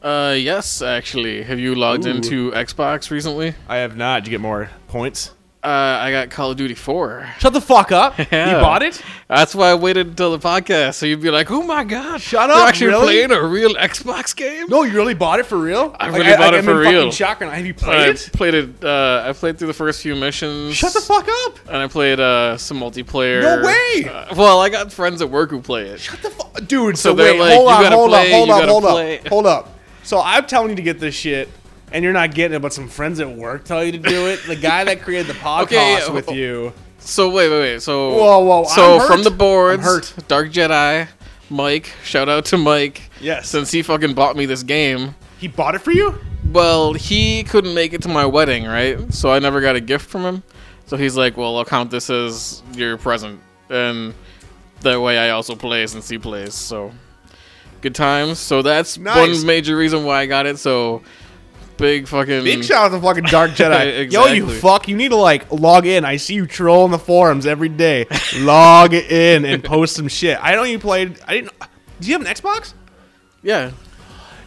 Speaker 3: Uh, yes, actually. Have you logged into Xbox recently?
Speaker 2: I have not. Did you get more points?
Speaker 3: Uh, I got Call of Duty 4.
Speaker 2: Shut the fuck up! You
Speaker 3: Yeah.
Speaker 2: bought it?
Speaker 3: That's why I waited until the podcast, so you'd be like, "Oh my god,
Speaker 2: Shut
Speaker 3: they're
Speaker 2: up,
Speaker 3: actually
Speaker 2: really?
Speaker 3: playing a real Xbox game."
Speaker 2: No, you really bought it for real?
Speaker 3: I really bought it
Speaker 2: I'm
Speaker 3: for
Speaker 2: in fucking
Speaker 3: real.
Speaker 2: shock right now. Have you played
Speaker 3: I
Speaker 2: it?
Speaker 3: played it. Uh, I played through the first few missions.
Speaker 2: Shut the fuck up!
Speaker 3: And I played uh, some multiplayer.
Speaker 2: No way!
Speaker 3: Uh, well, I got friends at work who play it.
Speaker 2: What the fu- dude? So,
Speaker 3: So they're
Speaker 2: wait,
Speaker 3: like,
Speaker 2: hold
Speaker 3: you
Speaker 2: on,
Speaker 3: gotta
Speaker 2: hold
Speaker 3: play,
Speaker 2: up, hold
Speaker 3: you
Speaker 2: up,
Speaker 3: gotta
Speaker 2: hold
Speaker 3: play.
Speaker 2: up, hold up. So I'm telling you to get this shit, and you're not getting it, but some friends at work tell you to do it. The guy that created the podcast
Speaker 3: Okay, yeah,
Speaker 2: with
Speaker 3: oh.
Speaker 2: you.
Speaker 3: So wait, wait, wait. So
Speaker 2: Whoa, whoa,
Speaker 3: So
Speaker 2: I'm hurt.
Speaker 3: from the boards,
Speaker 2: I'm hurt.
Speaker 3: Dark Jedi, Mike. Shout out to Mike.
Speaker 2: Yes.
Speaker 3: Since he fucking bought me this game.
Speaker 2: He bought it for you?
Speaker 3: Well, he couldn't make it to my wedding, right? So I never got a gift from him. So he's like, "Well, I'll count this as your present," and that way I also play since he plays. So good times. So that's
Speaker 2: Nice.
Speaker 3: one major reason why I got it. So big fucking
Speaker 2: Big shout out to fucking Dark Jedi. Yo, you
Speaker 3: Mm. Exactly.
Speaker 2: fuck, you need to like log in. I see you trolling the forums every day. log in and post some shit. I know you played. I didn't. Do you have an Xbox?
Speaker 3: Yeah,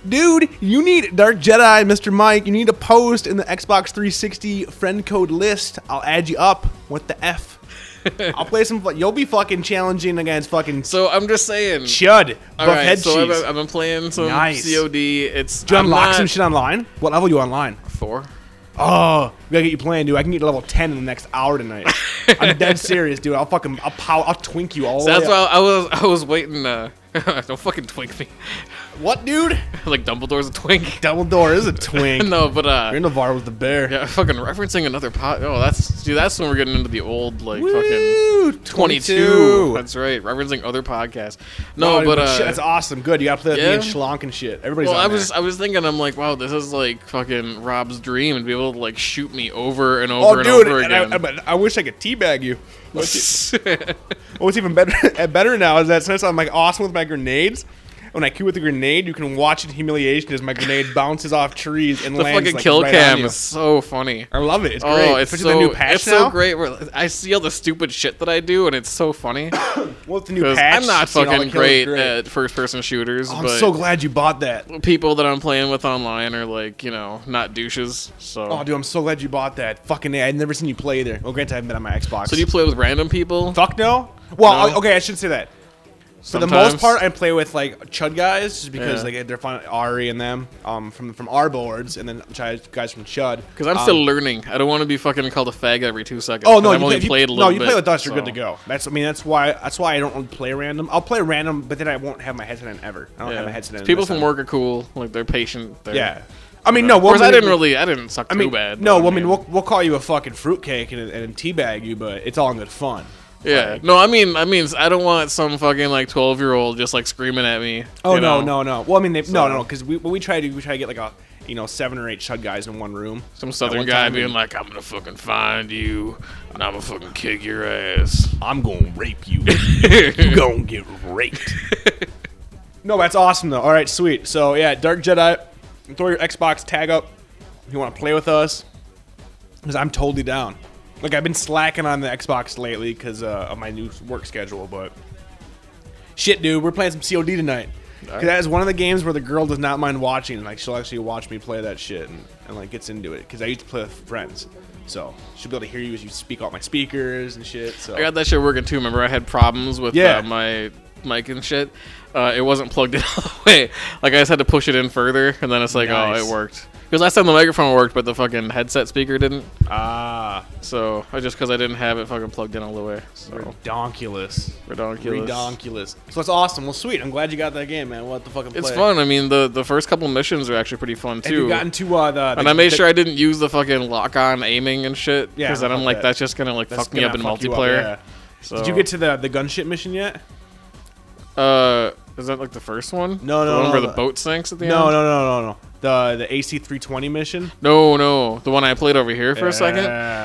Speaker 2: Dude, you need Dark Jedi, Mr. Mike. You need to post in the Xbox 360 friend code list. I'll add you up. What the f? I'll play some. fu- You'll be fucking challenging against fucking
Speaker 3: So I'm just saying.
Speaker 2: Chud.
Speaker 3: All
Speaker 2: buff
Speaker 3: right,
Speaker 2: head
Speaker 3: so I've,
Speaker 2: cheese.
Speaker 3: been- I've been playing some
Speaker 2: Nice.
Speaker 3: COD. It's
Speaker 2: Do you
Speaker 3: I'm
Speaker 2: unlock
Speaker 3: not-
Speaker 2: some shit online? What level you online?
Speaker 3: Four.
Speaker 2: Oh, we gotta get you playing, dude. I can get to level 10 in the next hour tonight. I'm dead serious, dude. I'll fucking I'll pow, I'll twink you all. the
Speaker 3: That's
Speaker 2: way up.
Speaker 3: why I was I was waiting. Uh, don't fucking twink me.
Speaker 2: What, dude?
Speaker 3: like Dumbledore's a twink.
Speaker 2: Dumbledore is a twink.
Speaker 3: no, but uh,
Speaker 2: Grindelwald was the bear.
Speaker 3: Yeah, fucking referencing another pot. Oh, that's dude. That's when we're getting into the old like fucking
Speaker 2: Woo,
Speaker 3: twenty-two. That's right, referencing other podcasts. No,
Speaker 2: Oh,
Speaker 3: but
Speaker 2: shit,
Speaker 3: uh,
Speaker 2: that's awesome. Good, you gotta play with me
Speaker 3: yeah.
Speaker 2: and Schlonk and shit. Everybody's
Speaker 3: well,
Speaker 2: on
Speaker 3: I
Speaker 2: there.
Speaker 3: was I was thinking, I'm like, wow, this is like fucking Rob's dream, and be able to like shoot me over and over
Speaker 2: Oh,
Speaker 3: and
Speaker 2: dude,
Speaker 3: over
Speaker 2: and I,
Speaker 3: again.
Speaker 2: I, but I wish I could teabag you. What's even better better now is that since I'm like awesome with my grenades, when I cue with a grenade, you can watch in humiliation as my grenade bounces off trees and
Speaker 3: the
Speaker 2: lands
Speaker 3: fucking
Speaker 2: like,
Speaker 3: kill
Speaker 2: right on
Speaker 3: cam
Speaker 2: you.
Speaker 3: is so funny.
Speaker 2: I love it. It's
Speaker 3: Oh,
Speaker 2: great.
Speaker 3: it's
Speaker 2: Especially
Speaker 3: so
Speaker 2: the new patch
Speaker 3: it's
Speaker 2: now.
Speaker 3: so great. Where I see all the stupid shit that I do, and it's so funny.
Speaker 2: What's the new
Speaker 3: 'Cause
Speaker 2: patch?
Speaker 3: I'm not
Speaker 2: seeing all the
Speaker 3: fucking
Speaker 2: kills
Speaker 3: great,
Speaker 2: is
Speaker 3: at first-person shooters.
Speaker 2: Oh, I'm
Speaker 3: but Oh.
Speaker 2: so glad you bought that.
Speaker 3: people that I'm playing with online are like, you know, not douches. So
Speaker 2: Oh, dude, I'm so glad you bought that. Fucking, A, I'd never seen you play either. Well, granted, I haven't been on my Xbox.
Speaker 3: So do you play with random people?
Speaker 2: Fuck no. Well,
Speaker 3: No.
Speaker 2: I- okay, I should say that. For the
Speaker 3: Sometimes.
Speaker 2: most part, I play with like Chud guys just because
Speaker 3: Yeah.
Speaker 2: like they're fun. Ari and them um, from from our boards, and then Chud guys from Chud.
Speaker 3: Because I'm
Speaker 2: Um,
Speaker 3: still learning. I don't want to be fucking called a fag every two seconds.
Speaker 2: Oh
Speaker 3: 'cause
Speaker 2: no!
Speaker 3: I've
Speaker 2: you play,
Speaker 3: only
Speaker 2: if you-
Speaker 3: played a
Speaker 2: no,
Speaker 3: little
Speaker 2: you
Speaker 3: bit.
Speaker 2: play with us, you're good to
Speaker 3: so-
Speaker 2: go. That's I mean that's why that's why I don't really play random. I'll play random, but then I won't have my headset in ever. I don't
Speaker 3: Yeah.
Speaker 2: have my headset in.
Speaker 3: People
Speaker 2: this
Speaker 3: from
Speaker 2: time.
Speaker 3: work are cool. Like they're patient. They're,
Speaker 2: Yeah, I mean no.
Speaker 3: Of course,
Speaker 2: we'll-
Speaker 3: I didn't really. I didn't suck
Speaker 2: I mean,
Speaker 3: too bad.
Speaker 2: no.
Speaker 3: but
Speaker 2: Well, I mean, we'll, we'll call you a fucking fruitcake and, and teabag you, but it's all in good fun.
Speaker 3: yeah. No, I mean, I mean, I don't want some fucking like twelve year old just like screaming at me.
Speaker 2: Oh
Speaker 3: you
Speaker 2: no, no,
Speaker 3: know?
Speaker 2: no. Well, I mean, they, no,
Speaker 3: So-
Speaker 2: no, because we what we try to do, we try to get like a you know seven or eight chud guys in one room.
Speaker 3: Some
Speaker 2: At
Speaker 3: southern
Speaker 2: one
Speaker 3: guy
Speaker 2: time,
Speaker 3: being
Speaker 2: and
Speaker 3: like, "I'm gonna fucking find you, and I'm gonna fucking kick your ass."
Speaker 2: "I'm gonna rape you. you gonna get raped." no, that's awesome though. All right, sweet. So yeah, Dark Jedi. Throw your Xbox tag up if you want to play with us. Because I'm totally down. Like, I've been slacking on the Xbox lately because uh, of my new work schedule, but. Shit, dude, we're playing some COD tonight. 'Cause that is one of the games where the girl does not mind watching. Like, she'll actually watch me play that shit and, and like, gets into it. Because I used to play with friends. So, she'll be able to hear you as you speak out my speakers and shit. So,
Speaker 3: I got that shit working too. Remember, I had problems with
Speaker 2: Yeah.
Speaker 3: uh, my mic and shit. Uh, it wasn't plugged in all the way. Like I just had to push it in further, and then it's like,
Speaker 2: Nice.
Speaker 3: oh, it worked. Because last time the microphone worked, but the fucking headset speaker didn't.
Speaker 2: ah,
Speaker 3: So I just because I didn't have it fucking plugged in all the way. So
Speaker 2: redonkulous.
Speaker 3: ridiculous.
Speaker 2: Redonkulous. So that's awesome. Well, sweet. I'm glad you got that game, man. What the fucking
Speaker 3: It's
Speaker 2: play.
Speaker 3: fun. I mean, the the first couple missions are actually pretty fun
Speaker 2: Have you
Speaker 3: too.
Speaker 2: gotten to uh, the, the?
Speaker 3: and I made
Speaker 2: the-
Speaker 3: sure I didn't use the fucking lock on aiming and shit.
Speaker 2: Yeah,
Speaker 3: Because then
Speaker 2: fuck
Speaker 3: I'm like,
Speaker 2: that.
Speaker 3: that's just gonna like
Speaker 2: that's
Speaker 3: fuck me
Speaker 2: gonna
Speaker 3: up in
Speaker 2: fuck you
Speaker 3: multiplayer.
Speaker 2: yeah.
Speaker 3: So,
Speaker 2: Did you get to the the gunship mission yet?
Speaker 3: Uh, is that like the first one?
Speaker 2: No,
Speaker 3: the
Speaker 2: no,
Speaker 3: one
Speaker 2: no,
Speaker 3: where
Speaker 2: the-
Speaker 3: the boat sinks at the
Speaker 2: No,
Speaker 3: end.
Speaker 2: no, no, no, no. The the AC 320 mission.
Speaker 3: No, no, the one I played over here for
Speaker 2: Yeah.
Speaker 3: a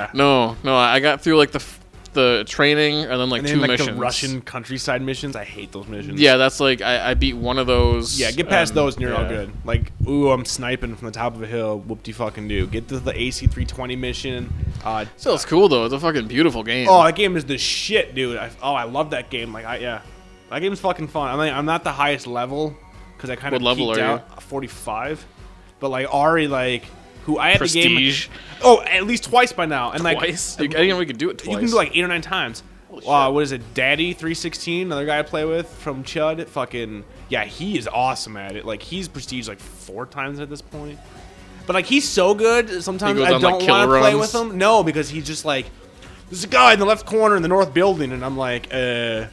Speaker 3: second. No, no, I got through like the f- the training and then like
Speaker 2: And
Speaker 3: two
Speaker 2: then like
Speaker 3: missions.
Speaker 2: the Russian countryside missions. I hate those missions.
Speaker 3: Yeah, that's like I, I beat one of those.
Speaker 2: Yeah, get past
Speaker 3: and-
Speaker 2: those and you're all
Speaker 3: yeah.
Speaker 2: good. Like, ooh, I'm sniping from the top of a hill. Whoop de fucking do. Get to the AC 320 mission. Uh,
Speaker 3: Still, it's cool though. It's a fucking beautiful game.
Speaker 2: Oh, that game is the shit, dude. I, oh, I love that game. Like, I yeah, that game's fucking fun. I mean, I'm not the highest level because I kind of
Speaker 3: What level are you?
Speaker 2: out 45, but like Ari, like who I had the
Speaker 3: Prestige.
Speaker 2: game. Oh, at least twice by now, and like
Speaker 3: twice. You- I didn't know we could do it twice.
Speaker 2: you can do like eight or nine times. Uh, what is it, Daddy three sixteen? Another guy I play with from Chud. Fucking yeah, he is awesome at it. Like he's prestige like four times at this point. But like he's so good. Sometimes
Speaker 3: He goes
Speaker 2: I
Speaker 3: on, like,
Speaker 2: don't
Speaker 3: kill
Speaker 2: want to play with
Speaker 3: runs.
Speaker 2: him. No, because he's just like there's a guy in the left corner in the north building, and I'm like, uh,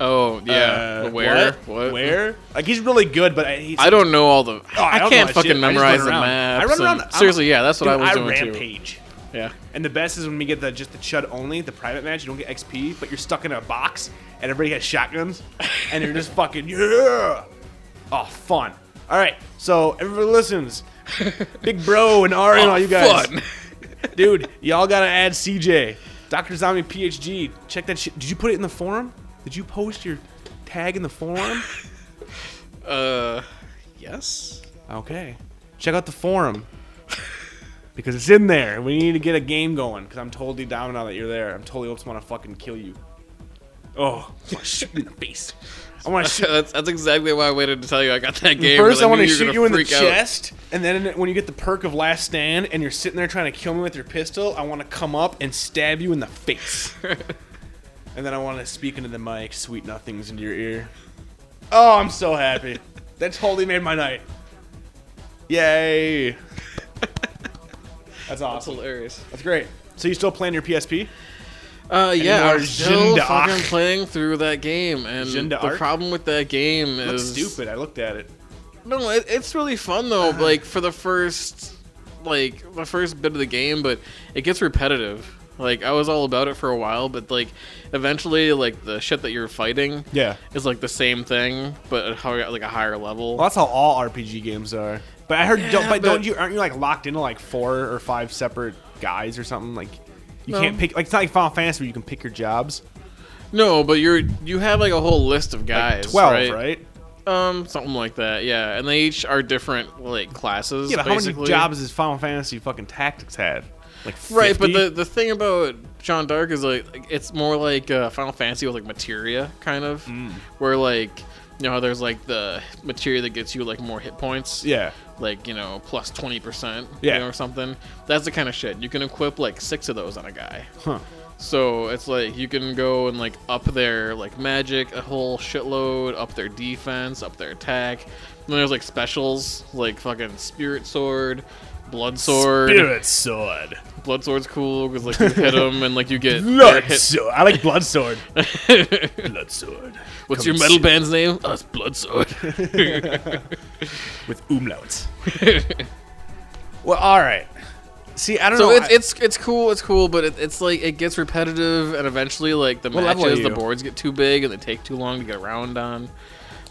Speaker 3: Oh yeah.
Speaker 2: uh,
Speaker 3: Where?
Speaker 2: what? where? Like he's really good, but I, he's,
Speaker 3: I don't know all the.
Speaker 2: Oh, I
Speaker 3: I,
Speaker 2: don't
Speaker 3: can't
Speaker 2: know shit. I
Speaker 3: fucking
Speaker 2: just run
Speaker 3: memorize the
Speaker 2: around.
Speaker 3: maps.
Speaker 2: I run around.
Speaker 3: and-
Speaker 2: I'm-
Speaker 3: seriously, yeah, that's what
Speaker 2: dude,
Speaker 3: I was
Speaker 2: I
Speaker 3: doing
Speaker 2: rampage.
Speaker 3: too. Yeah.
Speaker 2: And the best is when we get the just the chud only, the private match. You don't get XP, but you're stuck in a box, and everybody has shotguns, and you're just fucking yeah. Oh, fun. All right, so everybody listens. Big bro and Ari and all you guys,
Speaker 3: Oh, Fun.
Speaker 2: dude. Y'all gotta add CJ, Doctor Zombie PhD. Check that shit. Did you put it in the forum? Did you post your tag in the forum?
Speaker 3: Uh, yes.
Speaker 2: Okay. Check out the forum. Because it's in there. We need to get a game going. Because I'm totally down now that you're there. I'm totally just want to fucking kill you. Oh, I want to shoot you in the face. I want to shoot.
Speaker 3: that's, that's exactly why I waited to tell you I got that game.
Speaker 2: First, I
Speaker 3: want to
Speaker 2: shoot you in the chest, and then when you get the perk of last stand, and you're sitting there trying to kill me with your pistol, I want to come up and stab you in the face. and then I want to speak into the mic, sweet nothings into your ear. Oh, I'm so happy. that totally made my night. Yay! That's
Speaker 3: That's
Speaker 2: awesome.
Speaker 3: hilarious.
Speaker 2: That's great. So you still playing your PSP?
Speaker 3: Uh, yeah,
Speaker 2: more
Speaker 3: I'm still
Speaker 2: Zhindark.
Speaker 3: fucking playing through that game, and
Speaker 2: Zhindark?
Speaker 3: the problem with that game
Speaker 2: That's
Speaker 3: is
Speaker 2: stupid. I looked at it.
Speaker 3: No, it, it's really fun though.
Speaker 2: Uh-huh.
Speaker 3: like for the first, like the first bit of the game, but it gets repetitive. Like I was all about it for a while, but like eventually, like the shit that you're fighting,
Speaker 2: Yeah.
Speaker 3: is like the same thing, but at higher- like a higher level.
Speaker 2: Well, that's how all RPG games are. But I heard, don't,
Speaker 3: Yeah,
Speaker 2: but,
Speaker 3: but-
Speaker 2: don't you? Aren't you like locked into like four or five separate guys or something? Like you
Speaker 3: No.
Speaker 2: can't pick. Like it's not like Final Fantasy where you can pick your jobs.
Speaker 3: No, but you're you have like a whole list of guys,
Speaker 2: Twelve, right?
Speaker 3: right? Um, something like that, yeah. And they each are different like classes.
Speaker 2: Yeah, but how
Speaker 3: basically.
Speaker 2: many jobs does Final Fantasy fucking Tactics have? Like 50?
Speaker 3: Right, but the the thing about John Dark is like like, it's more like uh, Final Fantasy with like materia kind of,
Speaker 2: Mm.
Speaker 3: where like you know how there's like the materia that gets you like more hit points.
Speaker 2: yeah,
Speaker 3: Like you know plus twenty percent.
Speaker 2: Yeah.
Speaker 3: You know, or something. That's the kind of shit you can equip like six of those on a guy.
Speaker 2: huh?
Speaker 3: So it's like you can go and like up their like magic a whole shitload, up their defense, up their attack. And then there's like specials like fucking spirit sword, blood sword.
Speaker 2: Spirit sword,
Speaker 3: Blood sword's cool because like you hit them and like you get their
Speaker 2: blood
Speaker 3: hit.
Speaker 2: sword. I like blood sword. blood sword
Speaker 3: What's
Speaker 2: Come
Speaker 3: your
Speaker 2: and
Speaker 3: metal
Speaker 2: see.
Speaker 3: band's name? Us blood sword.
Speaker 2: with umlauts. well, all right. See, I don't
Speaker 3: so
Speaker 2: know.
Speaker 3: it's
Speaker 2: I-
Speaker 3: it's it's cool. It's cool, but it, it's like it gets repetitive and eventually like the
Speaker 2: What level are
Speaker 3: matches, the
Speaker 2: you?
Speaker 3: boards get too big and they take too long to get around on.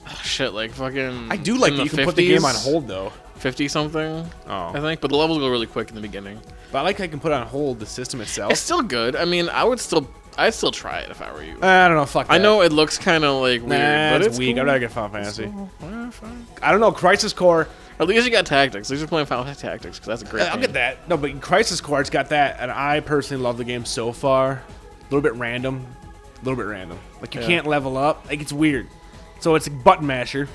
Speaker 3: Oh, shit, like fucking.
Speaker 2: I do like
Speaker 3: in
Speaker 2: that you can put the game on
Speaker 3: 50s,
Speaker 2: hold though.
Speaker 3: Fifty something,
Speaker 2: Oh.
Speaker 3: I think, but the levels go really quick in the beginning.
Speaker 2: But I like how you can put on hold the system itself.
Speaker 3: It's still good. I mean, I would still, I would still try it if I were you.
Speaker 2: I don't know. Fuck.
Speaker 3: I
Speaker 2: that.
Speaker 3: know it looks kind of like weird,
Speaker 2: Uh, Nah,
Speaker 3: but
Speaker 2: it's,
Speaker 3: it's
Speaker 2: weak.
Speaker 3: Cool.
Speaker 2: I'm not gonna get Final Fantasy. I don't know. Crisis Core.
Speaker 3: At least you got tactics. At least you're playing Final Fantasy Tactics because that's a great.
Speaker 2: Uh, I'll
Speaker 3: game.
Speaker 2: get that. No, but Crisis Core's got that, and I personally love the game so far. A little bit random, a little bit random. Like you
Speaker 3: Yeah.
Speaker 2: can't level up. Like it's weird. So it's a button masher,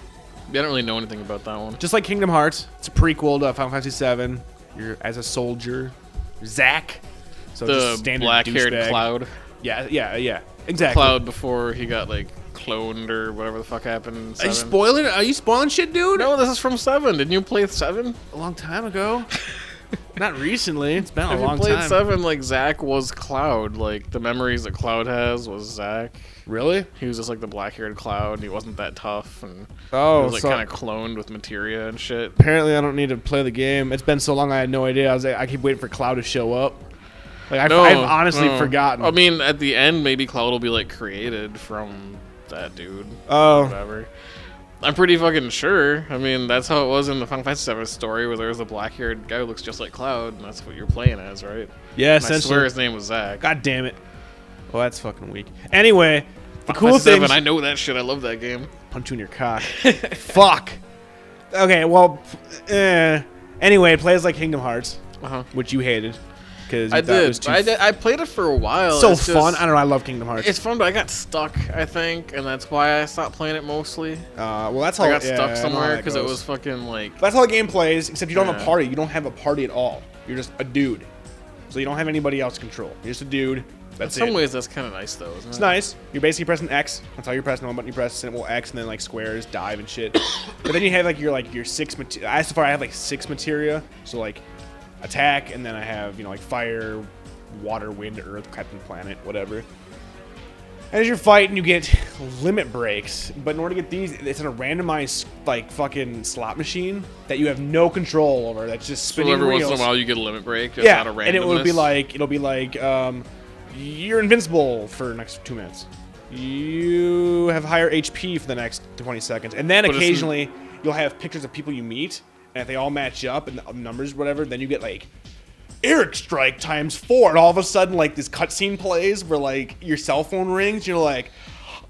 Speaker 3: I don't really know anything about that one.
Speaker 2: just like Kingdom Hearts. It's a prequel to Final Fantasy VII. You're as a soldier, Zack. So
Speaker 3: The
Speaker 2: just standard
Speaker 3: black-haired
Speaker 2: douchebag.
Speaker 3: Cloud.
Speaker 2: Yeah, yeah, yeah. Exactly.
Speaker 3: Cloud before he got like cloned or whatever the fuck happened. in
Speaker 2: Are you
Speaker 3: seven.
Speaker 2: spoiling? Are you spoiling shit, dude?
Speaker 3: No, this is from seven. Didn't you play seven?
Speaker 2: a long time ago. Not recently. It's been a
Speaker 3: If you
Speaker 2: long
Speaker 3: played
Speaker 2: time.
Speaker 3: seven, like Zack was Cloud. Like the memories that Cloud has was Zack.
Speaker 2: Really?
Speaker 3: He was just like the black-haired Cloud. And he wasn't that tough, and he
Speaker 2: Oh,
Speaker 3: was like
Speaker 2: so
Speaker 3: kind of cloned with materia and shit.
Speaker 2: apparently I don't need to play the game. It's been so long I had no idea. I was like, I keep waiting for Cloud to show up. Like I've,
Speaker 3: No,
Speaker 2: I've honestly
Speaker 3: no.
Speaker 2: forgotten.
Speaker 3: I mean, at the end, maybe Cloud will be like created from that dude.
Speaker 2: oh,
Speaker 3: whatever. I'm pretty fucking sure. I mean, that's how it was in the Final Fantasy VII story, where there was a black-haired guy who looks just like Cloud, and that's what you're playing as, right?
Speaker 2: yeah,
Speaker 3: And I swear
Speaker 2: essentially.
Speaker 3: his name was Zack.
Speaker 2: God damn it. Well, that's fucking weak. Anyway, the
Speaker 3: Final
Speaker 2: cool
Speaker 3: Fantasy
Speaker 2: thing.
Speaker 3: VII, I know that shit. I love that game.
Speaker 2: punch you in your cock. Fuck. Okay, well, eh. anyway, it plays like Kingdom Hearts,
Speaker 3: Uh-huh.
Speaker 2: which you hated because
Speaker 3: I
Speaker 2: thought it was
Speaker 3: did.
Speaker 2: too
Speaker 3: I did. I played it for a while.
Speaker 2: so
Speaker 3: It's just-
Speaker 2: fun. I don't know. I love Kingdom Hearts.
Speaker 3: It's fun, but I got stuck, I think, and that's why I stopped playing it mostly.
Speaker 2: Uh, well, that's how
Speaker 3: I got
Speaker 2: yeah, I know how
Speaker 3: stuck somewhere
Speaker 2: that
Speaker 3: because it
Speaker 2: goes.
Speaker 3: was fucking like
Speaker 2: That's how the game plays, except you don't have a
Speaker 3: Yeah.
Speaker 2: party. You don't have a party at all. You're just a dude. So you don't have anybody else to control. You're just a dude.
Speaker 3: In
Speaker 2: That's
Speaker 3: some
Speaker 2: it.
Speaker 3: ways, that's kind of nice though. Isn't
Speaker 2: it's
Speaker 3: it?
Speaker 2: nice. You're basically pressing X. That's all you're pressing. One button you press, and it will X, and then like squares, dive, and shit. but then you have like your like your six. Mate- I so far I have like six materia. So like attack, and then I have you know like fire, water, wind, earth, captain, planet, whatever. And as you're fighting, you get limit breaks. But in order to get these, it's in a randomized like fucking slot machine that you have no control over. That's just
Speaker 3: So
Speaker 2: spinning
Speaker 3: every
Speaker 2: wheels.
Speaker 3: once in a while, you get a limit break. Just
Speaker 2: yeah,
Speaker 3: out of randomness.
Speaker 2: and it would be like it'll be like um, you're invincible for the next two minutes. You have higher HP for the next 20 seconds, and then
Speaker 3: But it's-
Speaker 2: occasionally you'll have pictures of people you meet, and if they all match up and the numbers whatever, then you get like Eric Strike times four, and all of a sudden, like this cutscene plays where like your cell phone rings, you're like,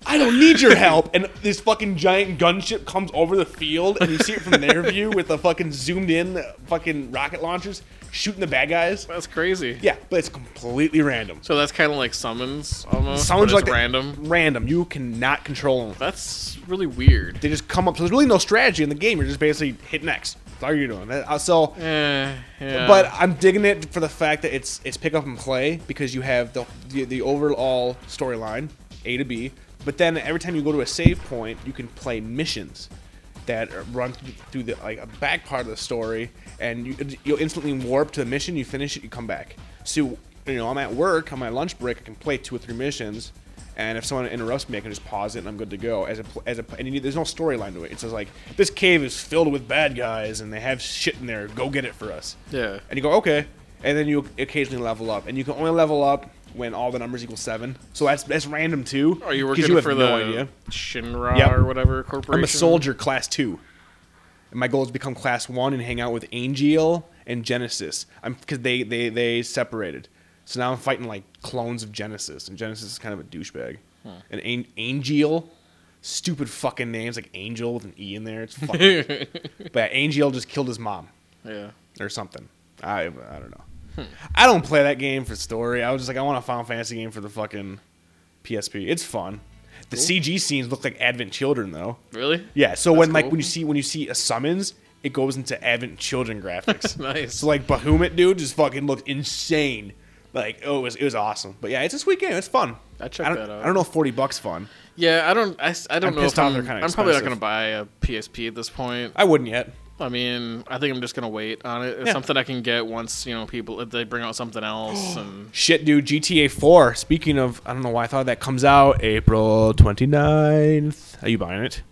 Speaker 2: I don't need your help, and this fucking giant gunship comes over the field, and you see it from their view with the fucking zoomed in fucking rocket launchers shooting the bad guys.
Speaker 3: that's crazy.
Speaker 2: Yeah, but it's completely random.
Speaker 3: So that's kind of like summons almost.
Speaker 2: Sounds
Speaker 3: Summons
Speaker 2: like
Speaker 3: like
Speaker 2: that-
Speaker 3: random.
Speaker 2: Random. You cannot control them.
Speaker 3: That's really weird.
Speaker 2: They just come up. So there's really no strategy in the game. You're just basically hitting X. That's all you're doing. That- uh, So
Speaker 3: Eh, yeah.
Speaker 2: but I'm digging it for the fact that it's it's pick up and play because you have the the, the overall storyline A to B, but then every time you go to a save point, you can play missions that are- run th- through the like a back part of the story, and you you'll instantly warp to the mission. You finish it, you come back. So you know I'm at work on my lunch break. I can play two or three missions. And if someone interrupts me, I can just pause it and I'm good to go. As a pl- as a and you, there's no storyline to it. It's just like this cave is filled with bad guys and they have shit in there. Go get it for us.
Speaker 3: Yeah.
Speaker 2: And you go, okay. And then you occasionally level up. And you can only level up when all the numbers equal seven. So that's that's random too.
Speaker 3: are Oh, you
Speaker 2: 'cause
Speaker 3: working
Speaker 2: have
Speaker 3: for
Speaker 2: no
Speaker 3: the
Speaker 2: idea.
Speaker 3: Shinra
Speaker 2: Yep.
Speaker 3: or whatever corporation?
Speaker 2: I'm a soldier class two. And my goal is to become class one and hang out with Angel and Genesis. I'm because they, they they separated. So now I'm fighting like clones of Genesis, and Genesis is kind of a douchebag.
Speaker 3: Hmm.
Speaker 2: And An- Angel, stupid fucking names like Angel with an e in there. It's fucking. but Angel just killed his mom
Speaker 3: Yeah.
Speaker 2: or something. I I don't know.
Speaker 3: Hmm.
Speaker 2: I don't play that game for story. I was just like, I want a Final Fantasy game for the fucking PSP. It's fun. The CG scenes look like Advent Children though.
Speaker 3: Really?
Speaker 2: Yeah. So
Speaker 3: That's
Speaker 2: when like
Speaker 3: cool.
Speaker 2: when you see when you see a summons, it goes into Advent Children graphics.
Speaker 3: Nice.
Speaker 2: So like Bahamut dude just fucking looked insane. Like oh, it was it was awesome. But yeah, it's a sweet game. It's fun.
Speaker 3: I checked
Speaker 2: I don't,
Speaker 3: that out.
Speaker 2: I don't know if forty bucks fun.
Speaker 3: Yeah, I don't. I, s- I don't
Speaker 2: I'm
Speaker 3: know.
Speaker 2: pissed
Speaker 3: if
Speaker 2: off
Speaker 3: I'm,
Speaker 2: they're kinda
Speaker 3: I'm probably not
Speaker 2: expensive.
Speaker 3: gonna buy a PSP at this point.
Speaker 2: I wouldn't yet.
Speaker 3: I mean, I think I'm just gonna wait on it. It's
Speaker 2: Yeah.
Speaker 3: something I can get once you know people if they bring out something else. and
Speaker 2: Shit, dude, GTA 4. Speaking of, I don't know why I thought that comes out April 29th. Are you buying it?